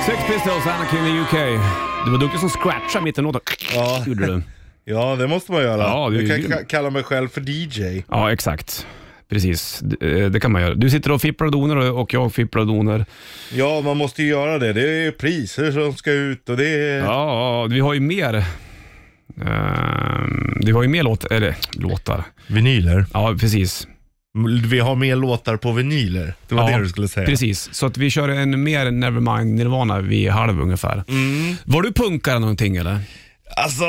Sex Pistols, Anarchy in the UK. Du var duktig som scratchade mitt i låten. Ja. Gjorde du. Ja, det måste man göra. Ja, det är jag kan grym. ka- kalla mig själv för DJ. Ja, exakt. Precis, D- eh, det kan man göra. Du sitter och fipplar och donar och och jag fipplar och donar. Ja, man måste ju göra det. Det är priser som ska ut och det är... Ja, vi har ju mer. ehm, vi har ju mer låt, eller, låtar. Vinyler. Ja, precis. Vi har mer låtar på vinyler. Det var ja, det du skulle säga. Precis, så att vi kör en mer Nevermind Nirvana vid halv ungefär. Mm. Var du punkare någonting eller? Alltså,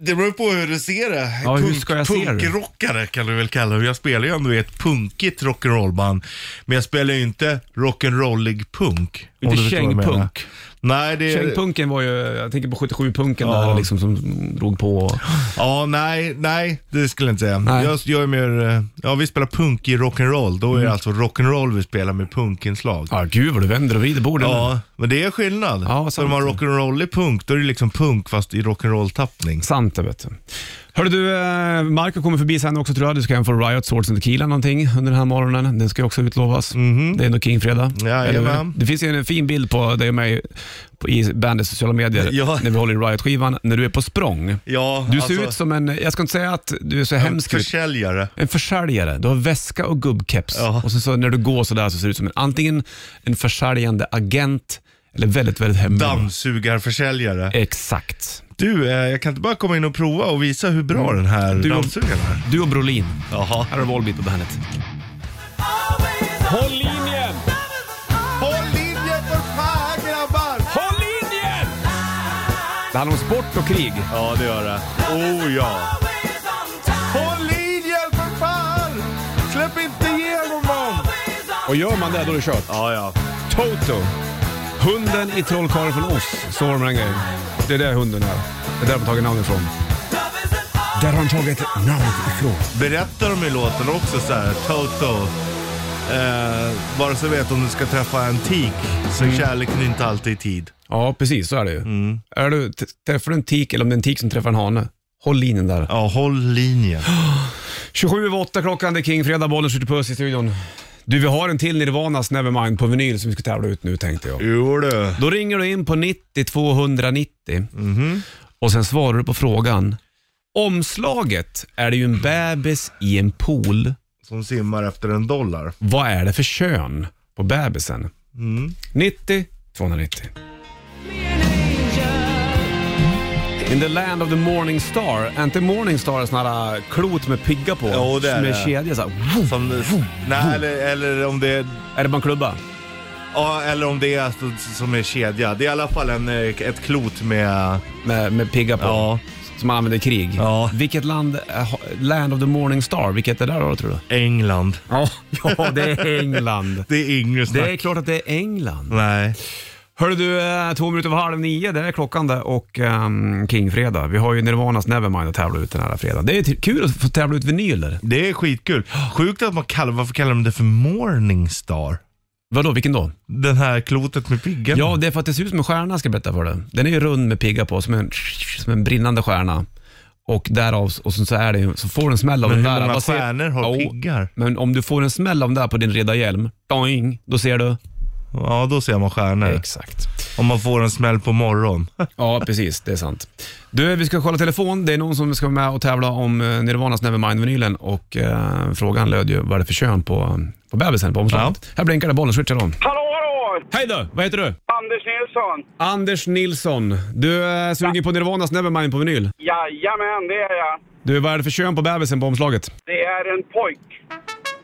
det beror på hur du ser det. Ja, hur ska jag se det? punkrockare kan du väl kalla det. Jag spelar ju ändå i ett punkigt rock'n'rollband. Men jag spelar ju inte rock'n'rollig punk. om Inte du förstår vad jag menar. kängpunk. Nej, det är... Kängpunken var ju, jag tänker på 77-punken Ja. där liksom som drog på. Och, Ja, nej, nej, det skulle jag inte säga. Nej. Jag, jag är mer, eh, ja vi spelar punk i rock'n'roll. Då är det alltså rock'n'roll vi spelar med punkinslag. Mm. ja, gud vad du vänder och vrider bordet. Ja, men det är skillnad. Ja, För om man sant. rock'n'roll i punk, då är det liksom punk fast i rock'n'roll-tappning. Sant det vet du. Hörru du, eh, Marco kommer förbi sen också tror jag. Du ska hem för Riot Swords and Tequila någonting under den här morgonen. Den ska ju också utlovas. Det är ändå Kingfredag. Mhm. Jajamän. Eller hur? Det finns ju en fin bild på dig och mig på, i bandets sociala medier Ja. när vi håller i Riot-skivan, när du är på språng. Ja, Du alltså, ser ut som en, jag ska inte säga att du är så hemsk ut. försäljare. En försäljare. Du har väska och gubbkeps. Ja. Och sen så när du går sådär så ser du ut som en, antingen en försäljande agent eller väldigt, väldigt hemlig. Dammsugarförsäljare. Exakt. Du, eh, jag kan inte bara komma in och prova och visa hur bra den här Du- dammsugaren är? Du och Brolin. Jaha. Här har du Volbeat på bandet. Håll linjen! Håll linjen för fan grabbar! Håll linjen! Det handlar om sport och krig. Ja, det gör det. Oh ja. Håll linjen för fan! Släpp inte igenom någon! Och gör man det, då är det kört. Ja, ja. Toto. Hunden i Trollkarlen från Oz. Så var det med den grejen. Det är där hunden är. Det är där de har tagit namnet ifrån. Där har de tagit namnet ifrån. Berättar de i låten också så här, Toto. Eh, bara så vet om du ska träffa en tik, så kärleken är inte alltid i tid. Ja, precis så är det ju. Är du, t- träffar du en tik eller om det är en tik som träffar en hane, håll linjen där. Ja, håll linjen. 27 över 8 klockan, det är King, fredag, bollen skjuter puss i studion. Du, vi har en till Nirvanas Nevermind på vinyl som vi ska tävla ut nu tänkte jag. Jo du. Då ringer du in på 90 290 och sen svarar du på frågan. Omslaget är det ju en bebis i en pool. Som simmar efter en dollar. Vad är det för kön på bebisen? Mm. 90 290. In the land of the morning star. Är inte morning star såna här äh, klot med pigga på? Jo, det är med det. kedja så här. Vroom. Som, nej, eller, eller om det Är det bara en klubba? Ja, eller om det är alltså som är kedja. Det är i alla fall en, eh, ett klot med... Med, med pigga på? Ja. Som man använder i krig? Ja. Vilket land, är- ha- land of the morning star, vilket är det där då tror du? England. Ja, [laughs] ja det är England. [laughs] Det är yngre snack. Det är klart att det är England. Nej. Hörru du, eh, två minuter över halv nio, det är klockan det och um, Kingfredag. Vi har ju Nirvanas Nevermind att tävla ut den här fredagen. Det är ju kul att få tävla ut vinyler. Det är skitkul. Sjukt att man kallar, varför kallar de det för Morningstar? Vadå, vilken då? Den här klotet med piggen. Ja, det är för att det ser ut som en stjärna ska jag berätta för dig. Den är ju rund med pigga på, som en, som en brinnande stjärna. Och därav, och sen så, är det, ju- så får du en smäll av Men den hur där. många Vad ser- stjärnor har Ja, piggar? Men om du får en smäll av den där på din reda hjälm, doing, då ser du. Ja, då ser man stjärnor. Exakt. Om man får en smäll på morgon. Ja, precis. Det är sant. Du, vi ska kolla telefon. Det är någon som ska vara med och tävla om eh, Nirvanas Nevermind-vinylen och eh, frågan löd ju vad är det för kön på, på bebisen på omslaget. Här blinkar det, bollen switchar om. Hallå, hallå! Hej du! Vad heter du? Anders Nilsson. Anders Nilsson. Du är sugen på Nirvanas Nevermind på vinyl. Jajamän, det är jag. Du, vad är det för kön på bebisen på omslaget? Det är en pojk.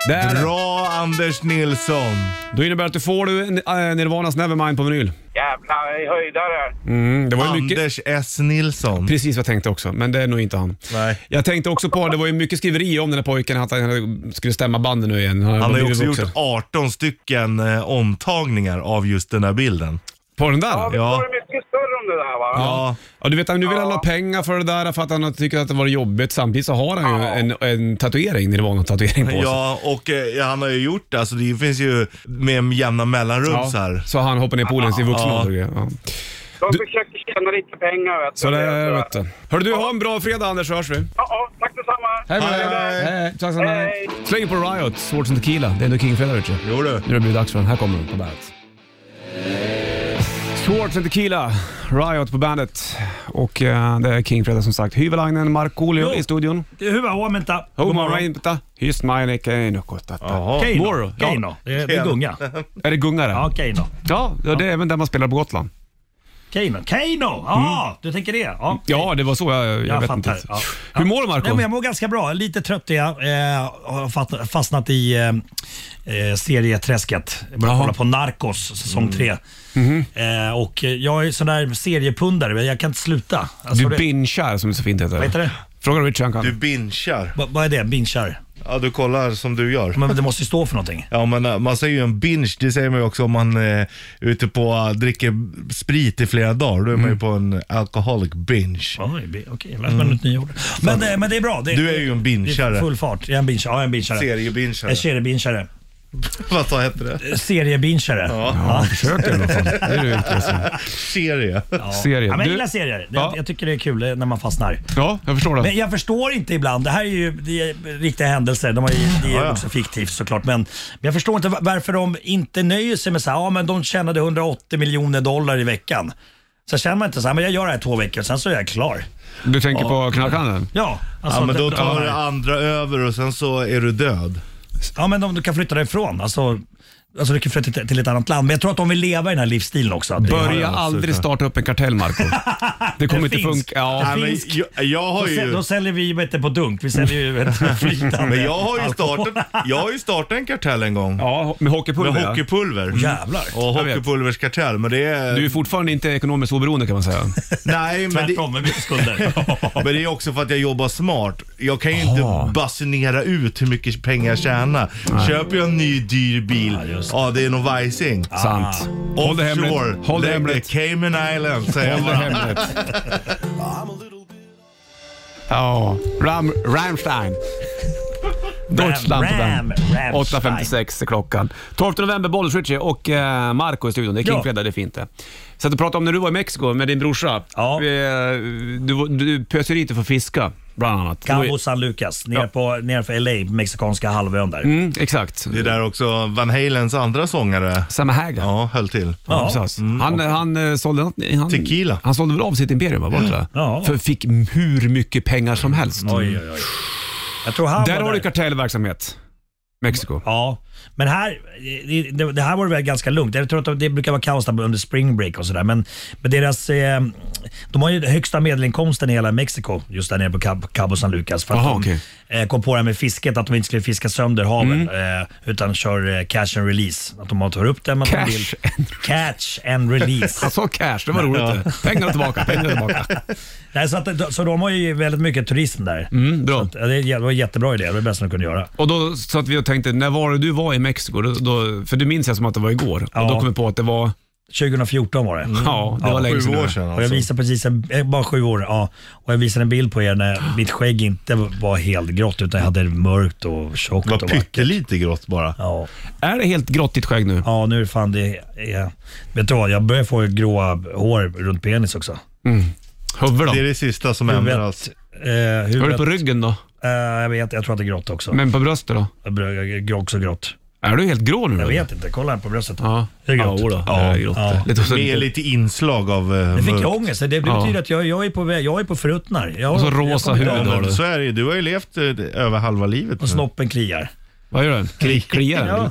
Det är det. Bra Anders Nilsson! Då innebär det att du får du en, eh, Nirvanas Nevermind på vinyl. Jävlar, jag är höjdare. Mm, det var ju mycket... Anders S. Nilsson. Precis vad jag tänkte också, men det är nog inte han. Nej. Jag tänkte också på, det var ju mycket skriverier om den där pojken, att han hade- skulle stämma banden nu igen. Han har ju blivit också gjort vuxen. 18 stycken eh, omtagningar av just den här bilden. På den där? Ja, vi Ja. var det mycket större om det där va? Ja. Ja, du vet, han- nu vill han ha pengar för det där för att han tycker att det var jobbigt. Samtidigt så har han ju en, en tatuering, när det var någon tatuering på sig. Ja, och eh, han har ju gjort det. Alltså det finns ju med jämna mellanrum Ja, så här. så han hoppar ner poolen i vuxen Ja. ålder. Ja. De Du- försöker tjäna lite pengar vet du. Så det är är så. vet du. Hörru du, ha en bra fredag Anders så hörs vi. Ja, ja, tack detsamma. Hej med Hej. dig. Hej. Tack så Hej. mycket. Släng på Riot, Swords and Tequila. Det är ändå King Fredag vet du. Jo du. Nu har det blivit dags för den. Här kommer den på bandet. Swords and Tequila, Riot på bandet. Och eh, det är King Fredag som sagt. Hyvälainen, Markoolio Jo. i studion. Det er är Hyvä huomenta. God Homma morgon. Rainta, Hyst Mainikä, Nukotta. Jaha. Keino. Moro. Ja. Keino. Det är det är gunga. Är det gungare? Ja, Keino. Ja, ja, det är även där man spelar på Gotland. Keino. Keino! Ja, du tänker det? Ja. Mm. Ja, det var så jag, jag, Jag vet fattar. inte. Ja. Hur mår du Marco? Nej, men jag mår ganska bra. Lite trött är jag. Eh, har fat- fastnat i eh, eh, serieträsket. Jag börjar Jaha. Mm. Mhm. kolla på Narcos säsong 3. Eh, och eh, jag är sån där seriepundare. men Jag kan inte sluta. Alltså, Du det- bingar som det så fint heter. Vad heter det? Fråga Richard han kan. Du binchar. Vad vad är det? Binchar? Ja, du kollar som du gör. Men det måste ju stå för någonting. Ja, men eh, man säger ju en binge, det säger man ju också om man eh, är ute på eh, dricker sprit i flera dagar. Då är Mm. man ju på en alcoholic binge. Oj, bi- Okej, jag lärde Mm. mig ett nyord. Men, eh, men det är bra. Det, Du är ju en bingeare. Det är full fart. Jag är en binchare. Ja, jag är en Eh, binchare. Seriebinchare. En seriebinchare. [laughs] Vad sa hette det? [laughs] Eh, Seriebinchare. Ja, försök i alla fall. Det är det viktigaste. Serie. Ja. Serier. Ja, men Du- jag gillar serier. Ja. Jag, jag tycker det är kul eh, när man fastnar. Ja, jag förstår Men det. jag förstår inte ibland. Det här är ju det är riktiga händelser. De är, det är Ja, ja. också fiktivt såklart. Men, men jag förstår inte va- varför de inte nöjer sig med så här, ja men de tjänade 180 miljoner dollar i veckan. Så känner man inte så här, men jag gör det här i två veckor, sen så är jag klar. Du tänker på knarkhandeln? Ja, alltså, Ja, men då det- tar det ja, andra över och sen så är du död. ja, men de, du kan flytta därifrån. Alltså, alltså du kan flytta till, till ett annat land. Men jag tror att de vill leva i den här livsstilen också. Att det- Börja ja, aldrig absolut. starta upp en kartell Marco. Det kommer inte Det finns. funka. Ja. Nej, men Finsk. jag, jag har Då, sä- ju... då säljer vi ju inte på dunk, vi säljer ju vet du, [laughs] flytande Men jag har ju alkohol. startat, jag har ju startat en kartell en gång. ja, med Med hockeypulver ja. hockeypulver. Jävlar. Och Jag vet. hockeypulvers kartell. Men det är... Du är fortfarande inte ekonomiskt oberoende kan man säga. [laughs] Nej, men det, [laughs] Tvärtom, med [laughs] mycket skulder. men det är också för att jag jobbar smart. Jag kan ju inte basunera ut hur mycket pengar jag tjänar. Köper jag en ny dyr bil, ja, det är nog vajsing. Sant. Håll det Offshore, hemligt. Håll det lägg hemligt. Cayman Island säger jag Håll det bara. hemligt. Ja, Ram, [laughs] Rammstein. Deutschland på Ram, den. Rammstein. 8.56 är klockan. 12 november, Bollnäs Ritchie och eh, Marco i studion. Det är Ja. Kingfredag, det är fint det. Så att du pratade om när du var i Mexiko med din brorsa. Ja. Eh, Du, du pöser dit för att fiska, bland annat. Du Cabo är- San Lucas, ner, på, ner för LA, mexikanska halvön där. Mm, exakt. Det är där också Van Halens andra sångare Samma Hagar. ja, höll till. Ja. Precis. Han, han eh, sålde något- han, Tequila. Han sålde väl av sitt imperium, va? Var det inte det? Ja. För fick hur mycket pengar som helst. Oj, oj, oj. Jag tror han Mm. Där var har du där. kartellverksamhet. Mexiko. Ja, men här, det, det här var det väl ganska lugnt. Jag tror att det brukar vara kaos där under spring break och sådär. Men, men deras, eh, de har ju den högsta medelinkomsten i hela Mexiko, just där nere på Cab- Cabo San Lucas. För att Jaha, de okej. eh, kom på det här med fisket, att de inte skulle fiska sönder haven Mm. eh, utan kör eh, cash and release. Att de tar upp den. men de Cash vill- and- Alltså- catch and release. [laughs] Han sa cash, det var roligt. det. Pengar tillbaka, pengar tillbaka. Nej, så, att, så de har ju väldigt mycket turism där. Mm, bra. Ja, det det var en jättebra idé. Det var det bästa de kunde göra. Och då så att vi tänkte, när var det du var i Mexiko? Då, då, för du minns jag som att det var igår. Och Ja. då kom vi på att det var, 2014 var det. Mm. ja, det var länge Sju sedan. år nu. sedan Och jag alltså. visade precis, en, eh, bara sju år, ja. Och jag visade en bild på er när mitt skägg inte var helt grått utan jag hade det mörkt och tjockt. Det var och vackert. pyttelite grått bara. Ja. Är det helt grått ditt skägg nu? ja, nu är det fan det är, Vet du vad, jag börjar få gråa hår runt penis också. Huvud då? Det är det sista som alltså. ändras. Huvudet. Eh, Var det huvudet alltså. på ryggen då? eh, jag vet, jag tror att det är grått också. Men på bröstet då? Jag börjar- jag är också grått. Är du helt grå nu? Jag eller? vet inte, kolla här på bröstet. Ja. Det är grått. Ja, då. Ja, det är grått. Ja. Lite, så, Med lite, lite inslag av... eh, Nu fick jag mörkt. ångest. Det, det Ja. betyder att jag, jag är på väg, jag är på förruttnar. Jag, och så jag rosa kommer- hud Ja, har men du. så är det ju. Du har ju levt eh, över halva livet nu. Och snoppen kliar. Vad gör den? Kli, kliar den?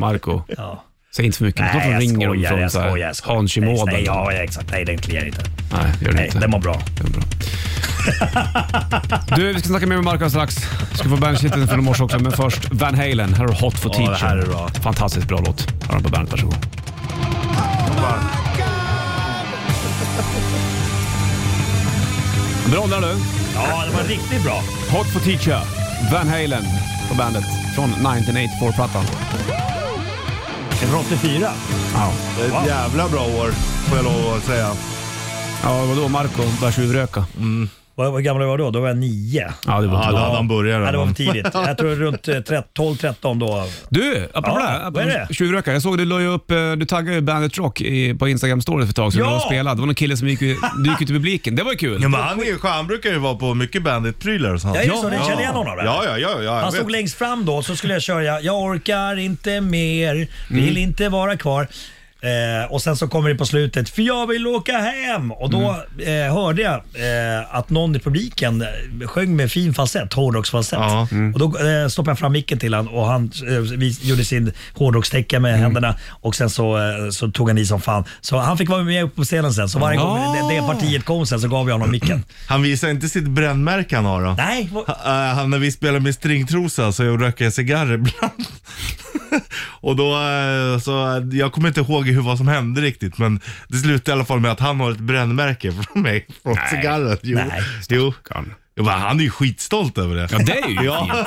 Marco Ja. Säg inte för mycket. Nej, Snart ringer de från så här Hans i Nej, Måden. nej, ja, ja, exakt. Nej, den kliar inte. Nej, gör det Nej, inte. den var bra. Det är bra. Du, vi ska snacka mer med Marco strax. Vi ska få bandshiten från i morse också, men först Van Halen. Här har du Hot for Ja, det Teacher. här är bra. Fantastiskt bra låt. Hör den på bandet, varsågod. Bara- Bra där du. Ja, det var riktigt bra. Hot for Teacher, Van Halen på bandet från 1984-plattan. Från 84. Ja. Det är ett Wow. jävla bra år, får jag lov att säga. ja, vadå Marco började tjuvröka? Vad, vad gammal var jag då? Då var jag nio. Ja, det var Ja, inte då bra. hade han börjat Ja, det var redan. för tidigt. Jag tror runt eh, 12-13 då. Du, apropå det. Ja, vad är apropå det? Tjuvrökare. Jag såg du la ju upp, eh, du taggade ju Bandet Rock i, på instagram story för ett tag sedan. Ja! när De spelade. Det var någon kille som gick, dyk ut i publiken. Det var ju kul. Ja, men han, är ju, skön. han brukar ju vara på mycket Bandit-prylar och sånt. Ja, är det så? Ni känner igen honom, eller? Ja, ja, ja. ja jag Han vet. stod längst fram då så skulle jag köra “Jag orkar inte mer, vill Mm. inte vara kvar”. Eh, och sen så kommer det på slutet “För jag vill åka hem” och då Mm. eh, hörde jag eh, att någon i publiken eh, sjöng med fin falsett, hårdrocksfalsett. Ja. mm. Och då eh, stoppade jag fram micken till honom och han eh, vis- gjorde sin hårdrockstäcka Mm. med händerna och sen så, eh, så tog han i som fan. Så han fick vara med upp på scenen sen. Så varje gång Ah. det, det partiet kom sen så gav jag [clears throat] honom micken. Han visar inte sitt brännmärke han har då. Nej, vad- Ha- eh, han, när vi spelade med stringtrosa så jag röker jag cigarr ibland. [laughs] och då, eh, så, eh, jag kommer inte ihåg hur vad som hände riktigt men det slutade i alla fall med att han har ett brännmärke [laughs] från mig, från cigarren. Jo. Nej. jo. Jag bara, han är ju skitstolt över det. Ja, det är ju ja.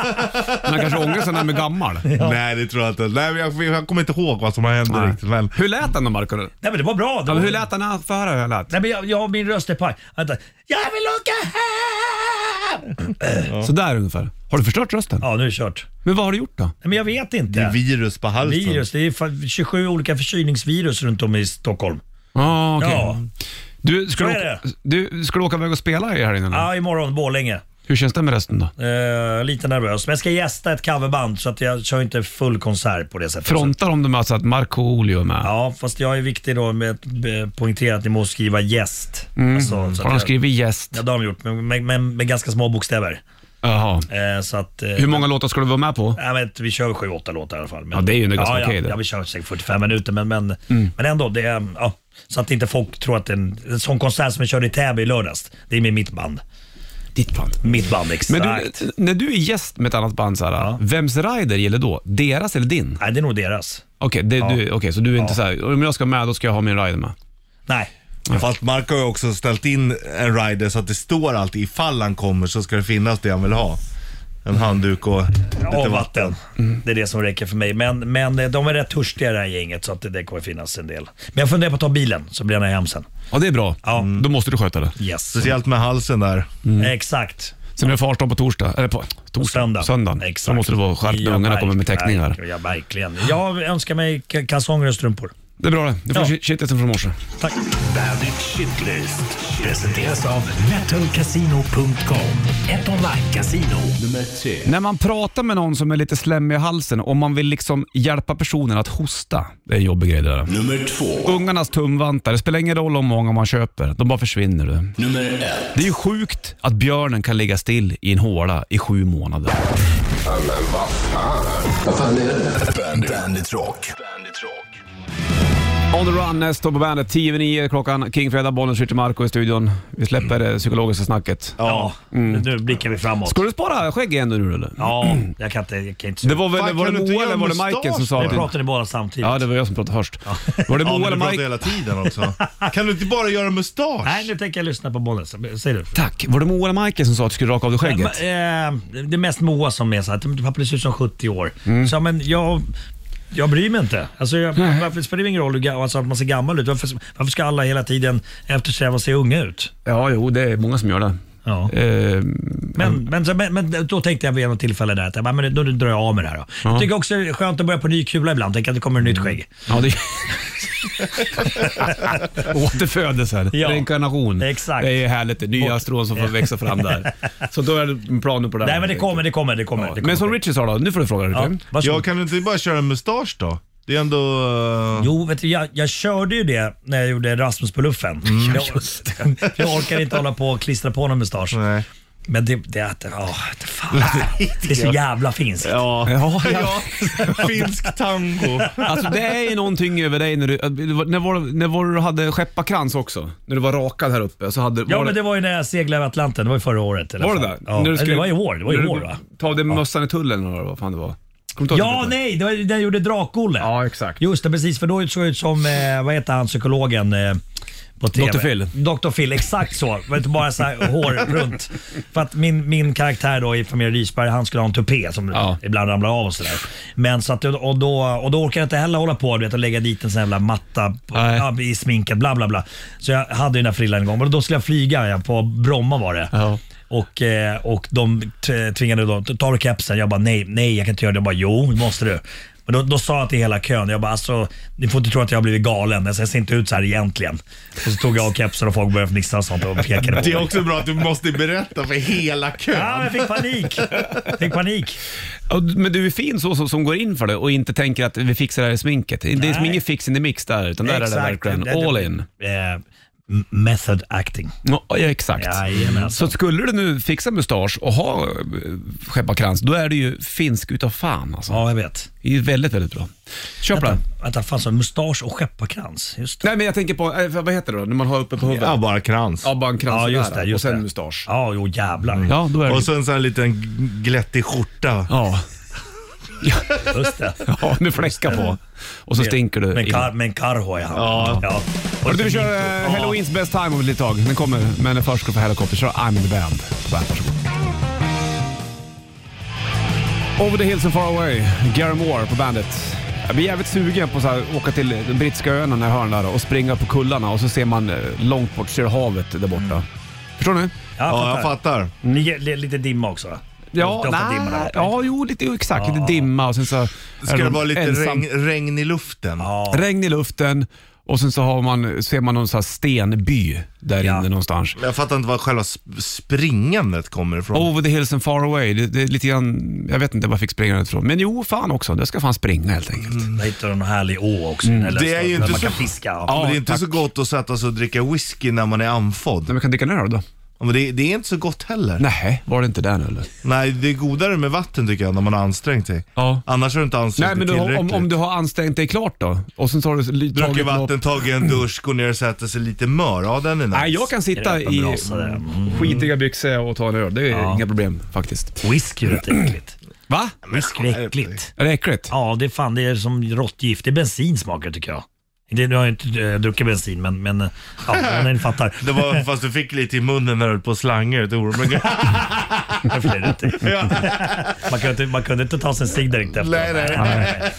Man kanske ångrar sig när man är gammal. Nej det tror jag inte. Nej, men jag, jag kommer inte ihåg vad som hände Nej. riktigt. Men, Hur lät han då Marco? Ja, nej men det var bra. Det men var, hur lät han? när han- Få höra hur han lät. Nej men jag, jag, min röst är paj. Vänta. Jag vill åka hem! Sådär ungefär. Har du förstört rösten? Ja, nu är det kört. Men vad har du gjort då? Nej, men jag vet inte. det är virus på halsen. Virus. Det är fa- 27 olika förkylningsvirus runt om i Stockholm. Ah, okej. Ja. Du, ska, du Så är åka, du, ska du åka iväg och spela i helgen eller? Ja, imorgon Borlänge. Hur känns det med resten då? Eh, lite nervös. Men jag ska gästa ett coverband så att jag kör inte full konsert på det sättet. Frontar de dem alltså att Markoolio är med? Ja, fast jag är viktig då med att eh, poängtera att ni måste skriva gäst. Alltså, så Har att de jag, skrivit gäst? ja, det har de gjort, men med, med, med ganska små bokstäver. Jaha. Eh, så att, eh, Hur många låtar ska du vara med på? Nej, men vi kör sju, åtta låtar i alla fall. Men, Ja, det är ju ändå ganska ja, okej ja, det. Mm. ja, vi kör säkert 45 minuter, men, men, men ändå. Det är, ja, så att inte folk tror att det är en, en sån konsert som jag körde i Täby i lördags, det är med mitt band. Ditt band. Mitt band, Men exakt. du, när du är gäst med ett annat band, så här, vems rider gäller då? Deras eller din? Nej, det är nog deras. Okej, det- du- okej, så du är inte så här, om jag ska med, då ska jag ha min rider med. Nej. Fast Marco har ju också ställt in en rider så att det står alltid ifall han kommer så ska det finnas det han vill ha. En handduk och lite Ja, vatten. vatten. Mm. Det är det som räcker för mig. Men, men eh, de är rätt törstiga det här gänget så att det, det kommer finnas en del. Men jag funderar på att ta bilen så blir jag hem sen. Ja, det är bra. Ja. Då måste du sköta det. Yes. Speciellt med halsen där. Mm. Exakt. Sen är det farstånd på torsdag, eller på På torsdag, söndag. söndagen. Exakt. Då måste det vara skärpt när Ja, ungarna kommer med verkligen. teckningar. Ja, verkligen. Jag önskar mig k- kalsonger och strumpor. Det är bra det. Du får Ja. ja. shitlisten från morse. Tack. Bandit Shitlist presenteras av metalcasino.com. Ett online-casino. Nummer tre. När man pratar med någon som är lite slemmig i halsen och man vill liksom hjälpa personen att hosta. Det är en jobbig grej det där. Nummer två. Ungarnas tumvantar, det spelar ingen roll hur många man köper. De bara försvinner du. Nummer ett. Det är ju sjukt att björnen kan ligga still i en håla i sju månader. Bandit, Bandit Rock. Bandit Rock. On the run, nästa på bandet. 10 över 9 klockan. Kingfredag, bollen skjuter Marco i studion. Vi släpper det psykologiska snacket. Ja, nu blickar vi framåt. Mm. Ska du spara skägg igen nu eller? Ja, jag kan inte... Jag kan inte Det var väl Fan, var det kan du inte Moa göra eller var det mustasch Majken som sa Nu det? pratar ni båda samtidigt. Ja, det var jag som pratade först. Var det Ja, Moa men du eller pratar Majken? hela tiden [laughs] också. Kan du inte bara göra mustasch? Nej, nu tänker jag lyssna på bollen. Så- Säg du. Tack. Var det Moa eller Majken som sa att du skulle raka av dig skägget? Men, eh, det är mest Moa som är så här, pappa du ser ut som 70 år. Mm. Så, men jag, jag bryr mig inte. Alltså, jag, varför spelar det ingen roll hur ga- alltså, att man ser gammal ut? Varför, varför ska alla hela tiden eftersträva att se unga ut? Ja, jo, det är många som gör det. Ja. Eh, Men, men, så- men, men då tänkte jag vid något tillfälle där att jag bara, men då drar jag av med det här. Då. Jag tycker också det är skönt att börja på ny kula ibland. Tänk att det kommer ett nytt skägg. ja, [laughs] det... Återfödelsen, Ja. reinkarnation. Exakt. Det är ju härligt. Det är Nya strån som får växa fram [laughs] där. Så då är det planen på det här. Nej men det kommer, det kommer, det kommer. Ja. det kommer Men som Richie sa då, nu får du fråga Ja, Richie. varsågod. Ja, kan du inte bara köra en mustasch då? Det är ändå... eh, Jo, vet du, jag, jag körde ju det när jag gjorde Rasmus på luffen. Mm, Jag, [laughs] jag orkar inte hålla på och klistra på någon mustasch. Nej. Men det, det, är att- åh, det, fan, det är så jävla finskt. Ja. Ja, [laughs] ja. Finsk tango. [laughs] Alltså det är ju någonting över dig när du, när var, när var du hade skepparkrans också? När du var rakad här uppe så hade, Ja, var men det var ju när jag seglade över Atlanten. Det var ju förra året. i alla Var det fall. där? Ja. När du Eller skulle- Det var i år. Det var när i du år va? Ta den mössan i tullen eller vad fan det var. Kommer du ihåg Ja, det? nej, det var ju när jag gjorde Drak-Olle. Ja, exakt. Just det, precis. För då såg jag ut som, eh, vad heter han, psykologen eh, på TV. Dr. Phil. Dr. Phil, exakt så. Det var inte bara så här hår runt. För att min, min karaktär då i familjen Risberg, han skulle ha en tupé som Ja. ibland ramlar av och sådär. Men så att, och, då, och då orkar jag inte heller hålla på du vet, och lägga dit en sån jävla matta på, Nej. ja, i sminket, bla bla bla. Så jag hade ju den här frillan en gång, men då skulle jag flyga ja, på Bromma var det. Ja. Och, eh, och de t- tvingade då, tar du kepsen? Jag bara nej, nej jag kan inte göra det. De bara jo, det måste du. Men då, då sa jag till hela kön, jag bara alltså, ni får inte tro att jag har blivit galen. Alltså, jag ser inte ut så här egentligen. Och så tog jag av kepsen och folk började fnissa och sånt och pekade på Det är mig. också bra att du måste berätta för hela Ja, men kön. jag fick panik. Jag fick panik. Ja, Men du är fin så som, som går in för det och inte tänker att vi fixar det här i sminket. Det är som Nej. ingen fix in the mix där, utan där är det verkligen Det- det- all in. Eh, m- method acting. Ja, ja, exakt. Jajamensan. Så skulle du nu fixa mustasch och ha eh, skepparkrans, då är du ju finsk utav fan alltså. Ja, jag vet. Det är ju väldigt, väldigt bra. Kör på Vänta, den. vänta fan, så mustasch och skepparkrans. Just det. Nej, men jag tänker på, eh, vad heter det då, när man har uppe på huvudet? Ja, Ja, bara krans. bara en krans Ja, sådär, just det. Just och sen det. mustasch. Mm. Ja. Ja, jo jävlar. då är det Och så en sån här liten glättig skjorta. Ja. [laughs] Just det. ja, med fläckar på. Och så stinker du. Men, illa. kar, men Karho är han. Ja. Hörru du, vi kör eh, Halloweens Best Time om ett litet tag. Den kommer, men först ska du få Helicopter. Kör I'm in the band. Varsågod. Over the hills and far away, Gary Moore på bandet. Jag blir jävligt sugen på att åka till de brittiska öarna när jag hör den där och springa på kullarna och så ser man eh, långt bort, ser havet där borta. Förstår ni? Ja, Ja, jag fattar. Ni, li, lite dimma också va? Det är ofta dimma där nej, uppe. ja, jo, lite, jo, exakt. Lite dimma och sen så... Ska är det de vara lite ensam- regn, regn i luften? Ja. Regn i luften och sen så har man, ser man någon så här stenby där Ja. inne någonstans. Jag fattar inte var själva sp- springandet kommer ifrån. Over Oh, the hills and far away. Det, det är lite grann, jag vet inte var jag fick springa ifrån. Men jo, fan också. Jag ska fan springa helt enkelt. Mm. Där hittar de en härlig å också. Mm. Eller det så, är ju där inte man så- kan fiska. Ja. men det är Ja, inte så gott att sätta sig och dricka whisky när man är Nej, andfådd. men kan dricka en öl då? Ja, Men det, det är inte så gott heller. Nej. Nej, var det inte den eller? det är godare med vatten tycker jag när man har ansträngt sig. Ja. Annars har du inte ansträngt Nej, men du, dig har- tillräckligt. om, om du har ansträngt dig klart då? Och sen så har du li- Druckit tagit något- vatten, tagit en dusch, går ner och sätter sig lite mör. Ja, den är nice. Nej, jag kan Är sitta det öppen i brasa där? skitiga byxor och ta en öl. Det är inga problem faktiskt. Whisky är rätt äckligt. Va? Whisky är äckligt. Är det äckligt? Ja, det är fan det är som råttgift. Det är bensinsmaker tycker jag. Det, nu har jag inte eh, druckit bensin, men, men eh, [laughs] ja, men ni fattar. Det var fast du fick lite i munnen när du höll på och slangade ut ormen. Det är [laughs] rätt äckligt. man, kunde, inte- man kunde inte ta sig en cigg direkt efter. Nej, nej.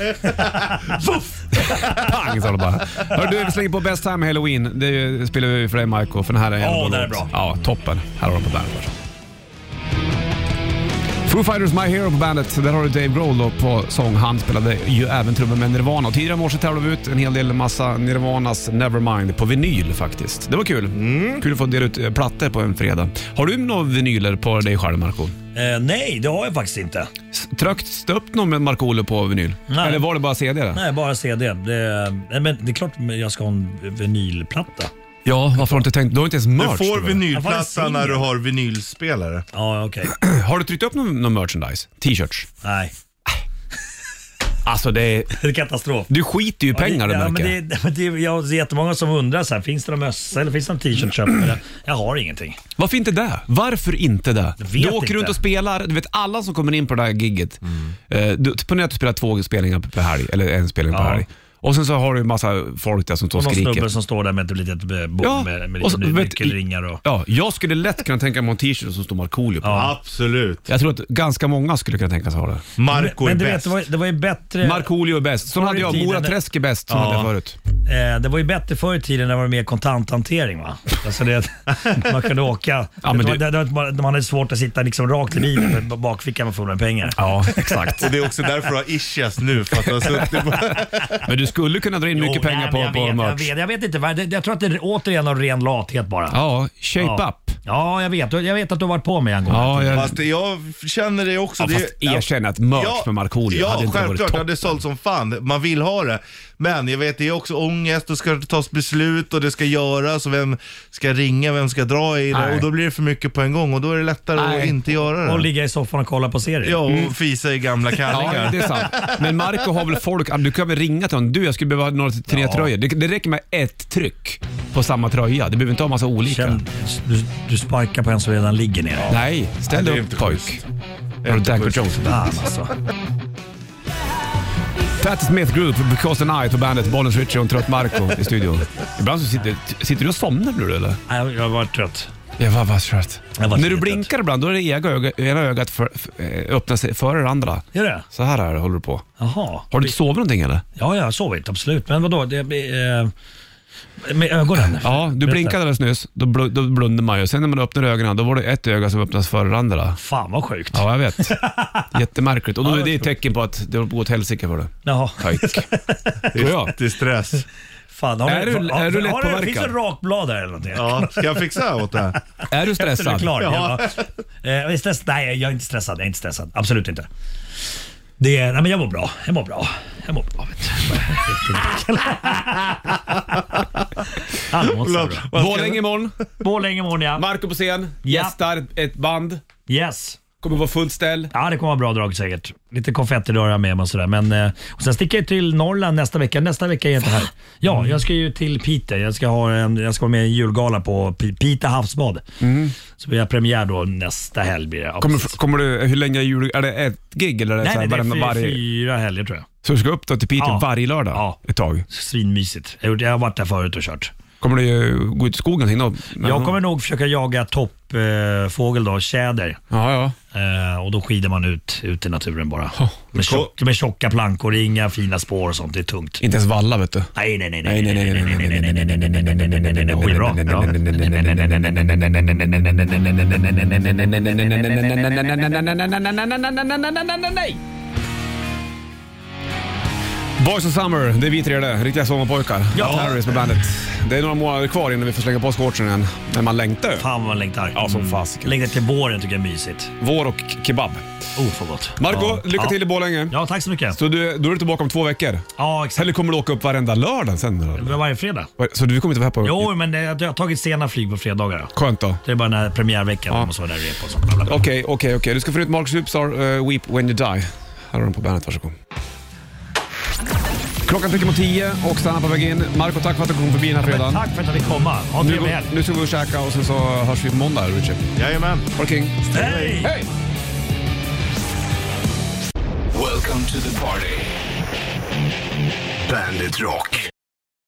Pang sa det bara. Hör du, vi slänger på Best Time Halloween. Det är ju- spelar vi för dig Marco för den här är en Ja, bra den är låt. bra. Ja, toppen. Här har de på bandet. alltså. Foo Fighters My Hero på bandet. Där har du Dave Grohl då på sång. Han spelade ju även trummor med Nirvana. Och tidigare i morse tävlade vi ut en hel del massa Nirvanas Nevermind på vinyl faktiskt. Det var kul. Mm. Kul att få dela ut eh, plattor på en fredag. Har du några vinyler på dig själv Marco? Eh, nej, det har jag faktiskt inte. S- Tryckt upp någon med Markoolio på vinyl? Nej. Eller var det bara CD? det? Nej, bara CD. Det, nej, men det är klart jag ska ha en vinylplatta. Ja, varför har du inte tänkt? Du har inte ens [laughs] merch. Du får tror jag. Jag får en vinylplatta singel. när du har vinylspelare. Ja, okej. Har du tryckt upp någon, någon merchandise? T-shirts? Nej, Alltså det är, det är katastrof. du skiter ju i pengar du ja, märker. men det, det, men det, jag, det är jättemånga som undrar så här, finns det någon mössa eller finns det någon t-shirt köpt med det? Jag har ingenting. Varför inte det? Varför inte det? Jag vet Du åker inte. Mm. runt och spelar, du vet alla som kommer in på det här gigget. Eh, du, ponera att du spelar två spelningar per helg, eller en spelning per Ja. helg. Och sen så har du en massa folk där som står och Och någon skriker. snubbe som står där med ett litet eh, bord Ja, med, med och så- lite ny- vet- nyckelringar och... Ja, jag skulle lätt kunna tänka mig en t-shirt som står Markoolio på. Absolut. Jag tror att ganska många skulle kunna tänka sig ha det. Marco men är du vet, bäst. det var, det var ju bättre... Markoolio är bäst. Sån Förr i hade jag. tiden- Mora Träsk är bäst, som Ja. hade jag förut. Eh, det var ju bättre förr i tiden när det var mer kontanthantering. Va? [laughs] Alltså det, man kunde åka. Ja, men det, var- du- det, det, var- man hade svårt att sitta liksom rakt i bilen med bakfickan och få med pengar. Ja, exakt. [laughs] Och det är också därför du har ischias nu. För att du har suttit på... Men du skulle kunna dra in mycket Jo, pengar nej, på, men jag på vet, merch. jag vet, jag vet inte. vad- det- Jag tror att det är återigen av ren lathet bara. Ja, shape Ja. up. Ja, jag vet. Jag vet att du har varit på mig en gång. Ja, jag, Fast jag känner det också. ja, det, fast erkänn att merch med Markoolio ja, hade inte självklart. varit det toppen. hade sålt som fan. Man vill ha det. Men jag vet, det är också ångest och ska tas beslut och det ska göras och vem ska ringa, vem ska dra i det Nej. och då blir det för mycket på en gång och då är det lättare Nej. Mm. att inte göra Och det. ligga i soffan och kolla på serier. Ja, och fisa i gamla Ja, kallingar. det är sant. Men Marco har väl folk... Du kan väl ringa till honom? Du, jag skulle behöva några tre tröjor. Det, det räcker med ett tryck på samma tröja. Du behöver inte ha massa olika. Känn, du, du sparkar på en som redan ligger ner. Nej, ställ det är dig upp inte pojk. schysst. alltså. Har du Danko Jones? Fan alltså. Patti Smith Group, Because the Night på bandet, Bollens Richie och en trött Marco i studion. Ibland så sitter, sitter du och somnar nu eller? Jag, jag var trött. Jag var bara trött. Jag var När du trött. blinkar ibland, då är det ega öga, ena ögat för, f- eh, öppnar sig före det andra. Gör det? Så här är det, håller du på. Jaha. Har du inte sovit någonting eller? Ja, jag har sovit, absolut. Men vadå? Det, blir, eh, med ögonen? Ja, du Berätta. blinkade alldeles nyss. Då, bl- då blundar man ju. Sen när man öppnar ögonen, då var det ett öga som öppnas före det andra. Fan vad sjukt. Ja, jag [laughs] vet. Jättemärkligt. Och då Ja, är jag det ett förstår. tecken på att det håller på att gå åt helsike för dig. Jaha. Tack. [laughs] Tror jag. Till stress. Fan, har Är ni- du- är du har lättpåverkad? ni- Finns det rakblad där eller någonting? Ja, ska jag fixa åt det? Är du Så du är stressad? klar? Ja. Ja. Eh, jag är stress, nej, jag är inte stressad. Jag är inte stressad. Absolut inte. Det, är- nej, men jag mår bra. Jag mår bra. Jag mår bra. Vet du. [laughs] Han mår så bra. Borlänge imorgon. Borlänge imorgon ja. Marco på scen. Gästar ett band. Yes. Kommer vara fullt ställ. Ja, det kommer vara bra drag säkert. Lite konfettiröra med mig och sådär. Men, eh, och sen sticker jag till Norrland nästa vecka. Nästa vecka är jag inte här. Ja, jag ska ju till Piteå. Jag ska, ha en, jag ska vara med i en julgala på P- Piteå havsbad. Så vi har premiär då nästa helg blir det. Ja, Kommer, precis. kommer du, hur länge är jul... Är det ett gig eller är det Nej, så nej, här, det är varenda- fyra, varje... fyra helger tror jag. Så du ska upp då till Piteå Ja. varje lördag Ja. ett tag? Svinmysigt. Jag har gjort- jag har varit där förut och kört. Kommer du ju gå ut i skogen någonting då? Men- Jag kommer nog försöka jaga toppfågel eh, fågel då, tjäder. Ja, ja. Eh, och då skider man ut, ut i naturen bara. Med, tjock, med tjocka plankor, inga fina spår och sånt. Det är tungt. Inte ens valla vet du. Nej, nej, nej, Nej, nej, nej, nej, nej, nej, nej, nej, nej, nej, nej, nej, nej, nej, nej, nej, nej. Oj, bra, bra. Boys of Summer, det är vi tre det. Riktiga sommarpojkar. Ja. Matt Harris med bandet. Det är några månader kvar innan vi får slänga på oss shortsen igen. Men man längtar ju. Fan vad man längtar. Ja, som Mm. fasiken. Längtar till våren tycker jag är mysigt. Vår och kebab. Oh, för gott. Marco, ja. lycka ja. till i Borlänge. Ja, tack så mycket. Så du, då är du tillbaka om två veckor? Ja, exakt. Eller kommer du åka upp varenda lördag sen? Eller? Varje fredag. Så du kommer inte vara här på... Jo, men det, jag har tagit sena flyg på fredagar. då. Skönt då. Det är bara den här premiärveckan. Man måste vara där och repa och sånt. Bla, bla, bla. Okej, okej, okej. Du ska få ut Mark Superstar, eh, Weep When You Die. Här har du den på bandet, varsågod. Klockan tickar mot tio och Sanna på väg in. Marco, tack för att du kom förbi den här fredagen. Tack för att jag fick komma. Ha en Nu, trevlig går- helg. nu ska vi och käka och sen så hörs vi på måndag, Richard. Jajamän. Ha det king. Hej! Hej! Welcome to the party. Bandit Rock.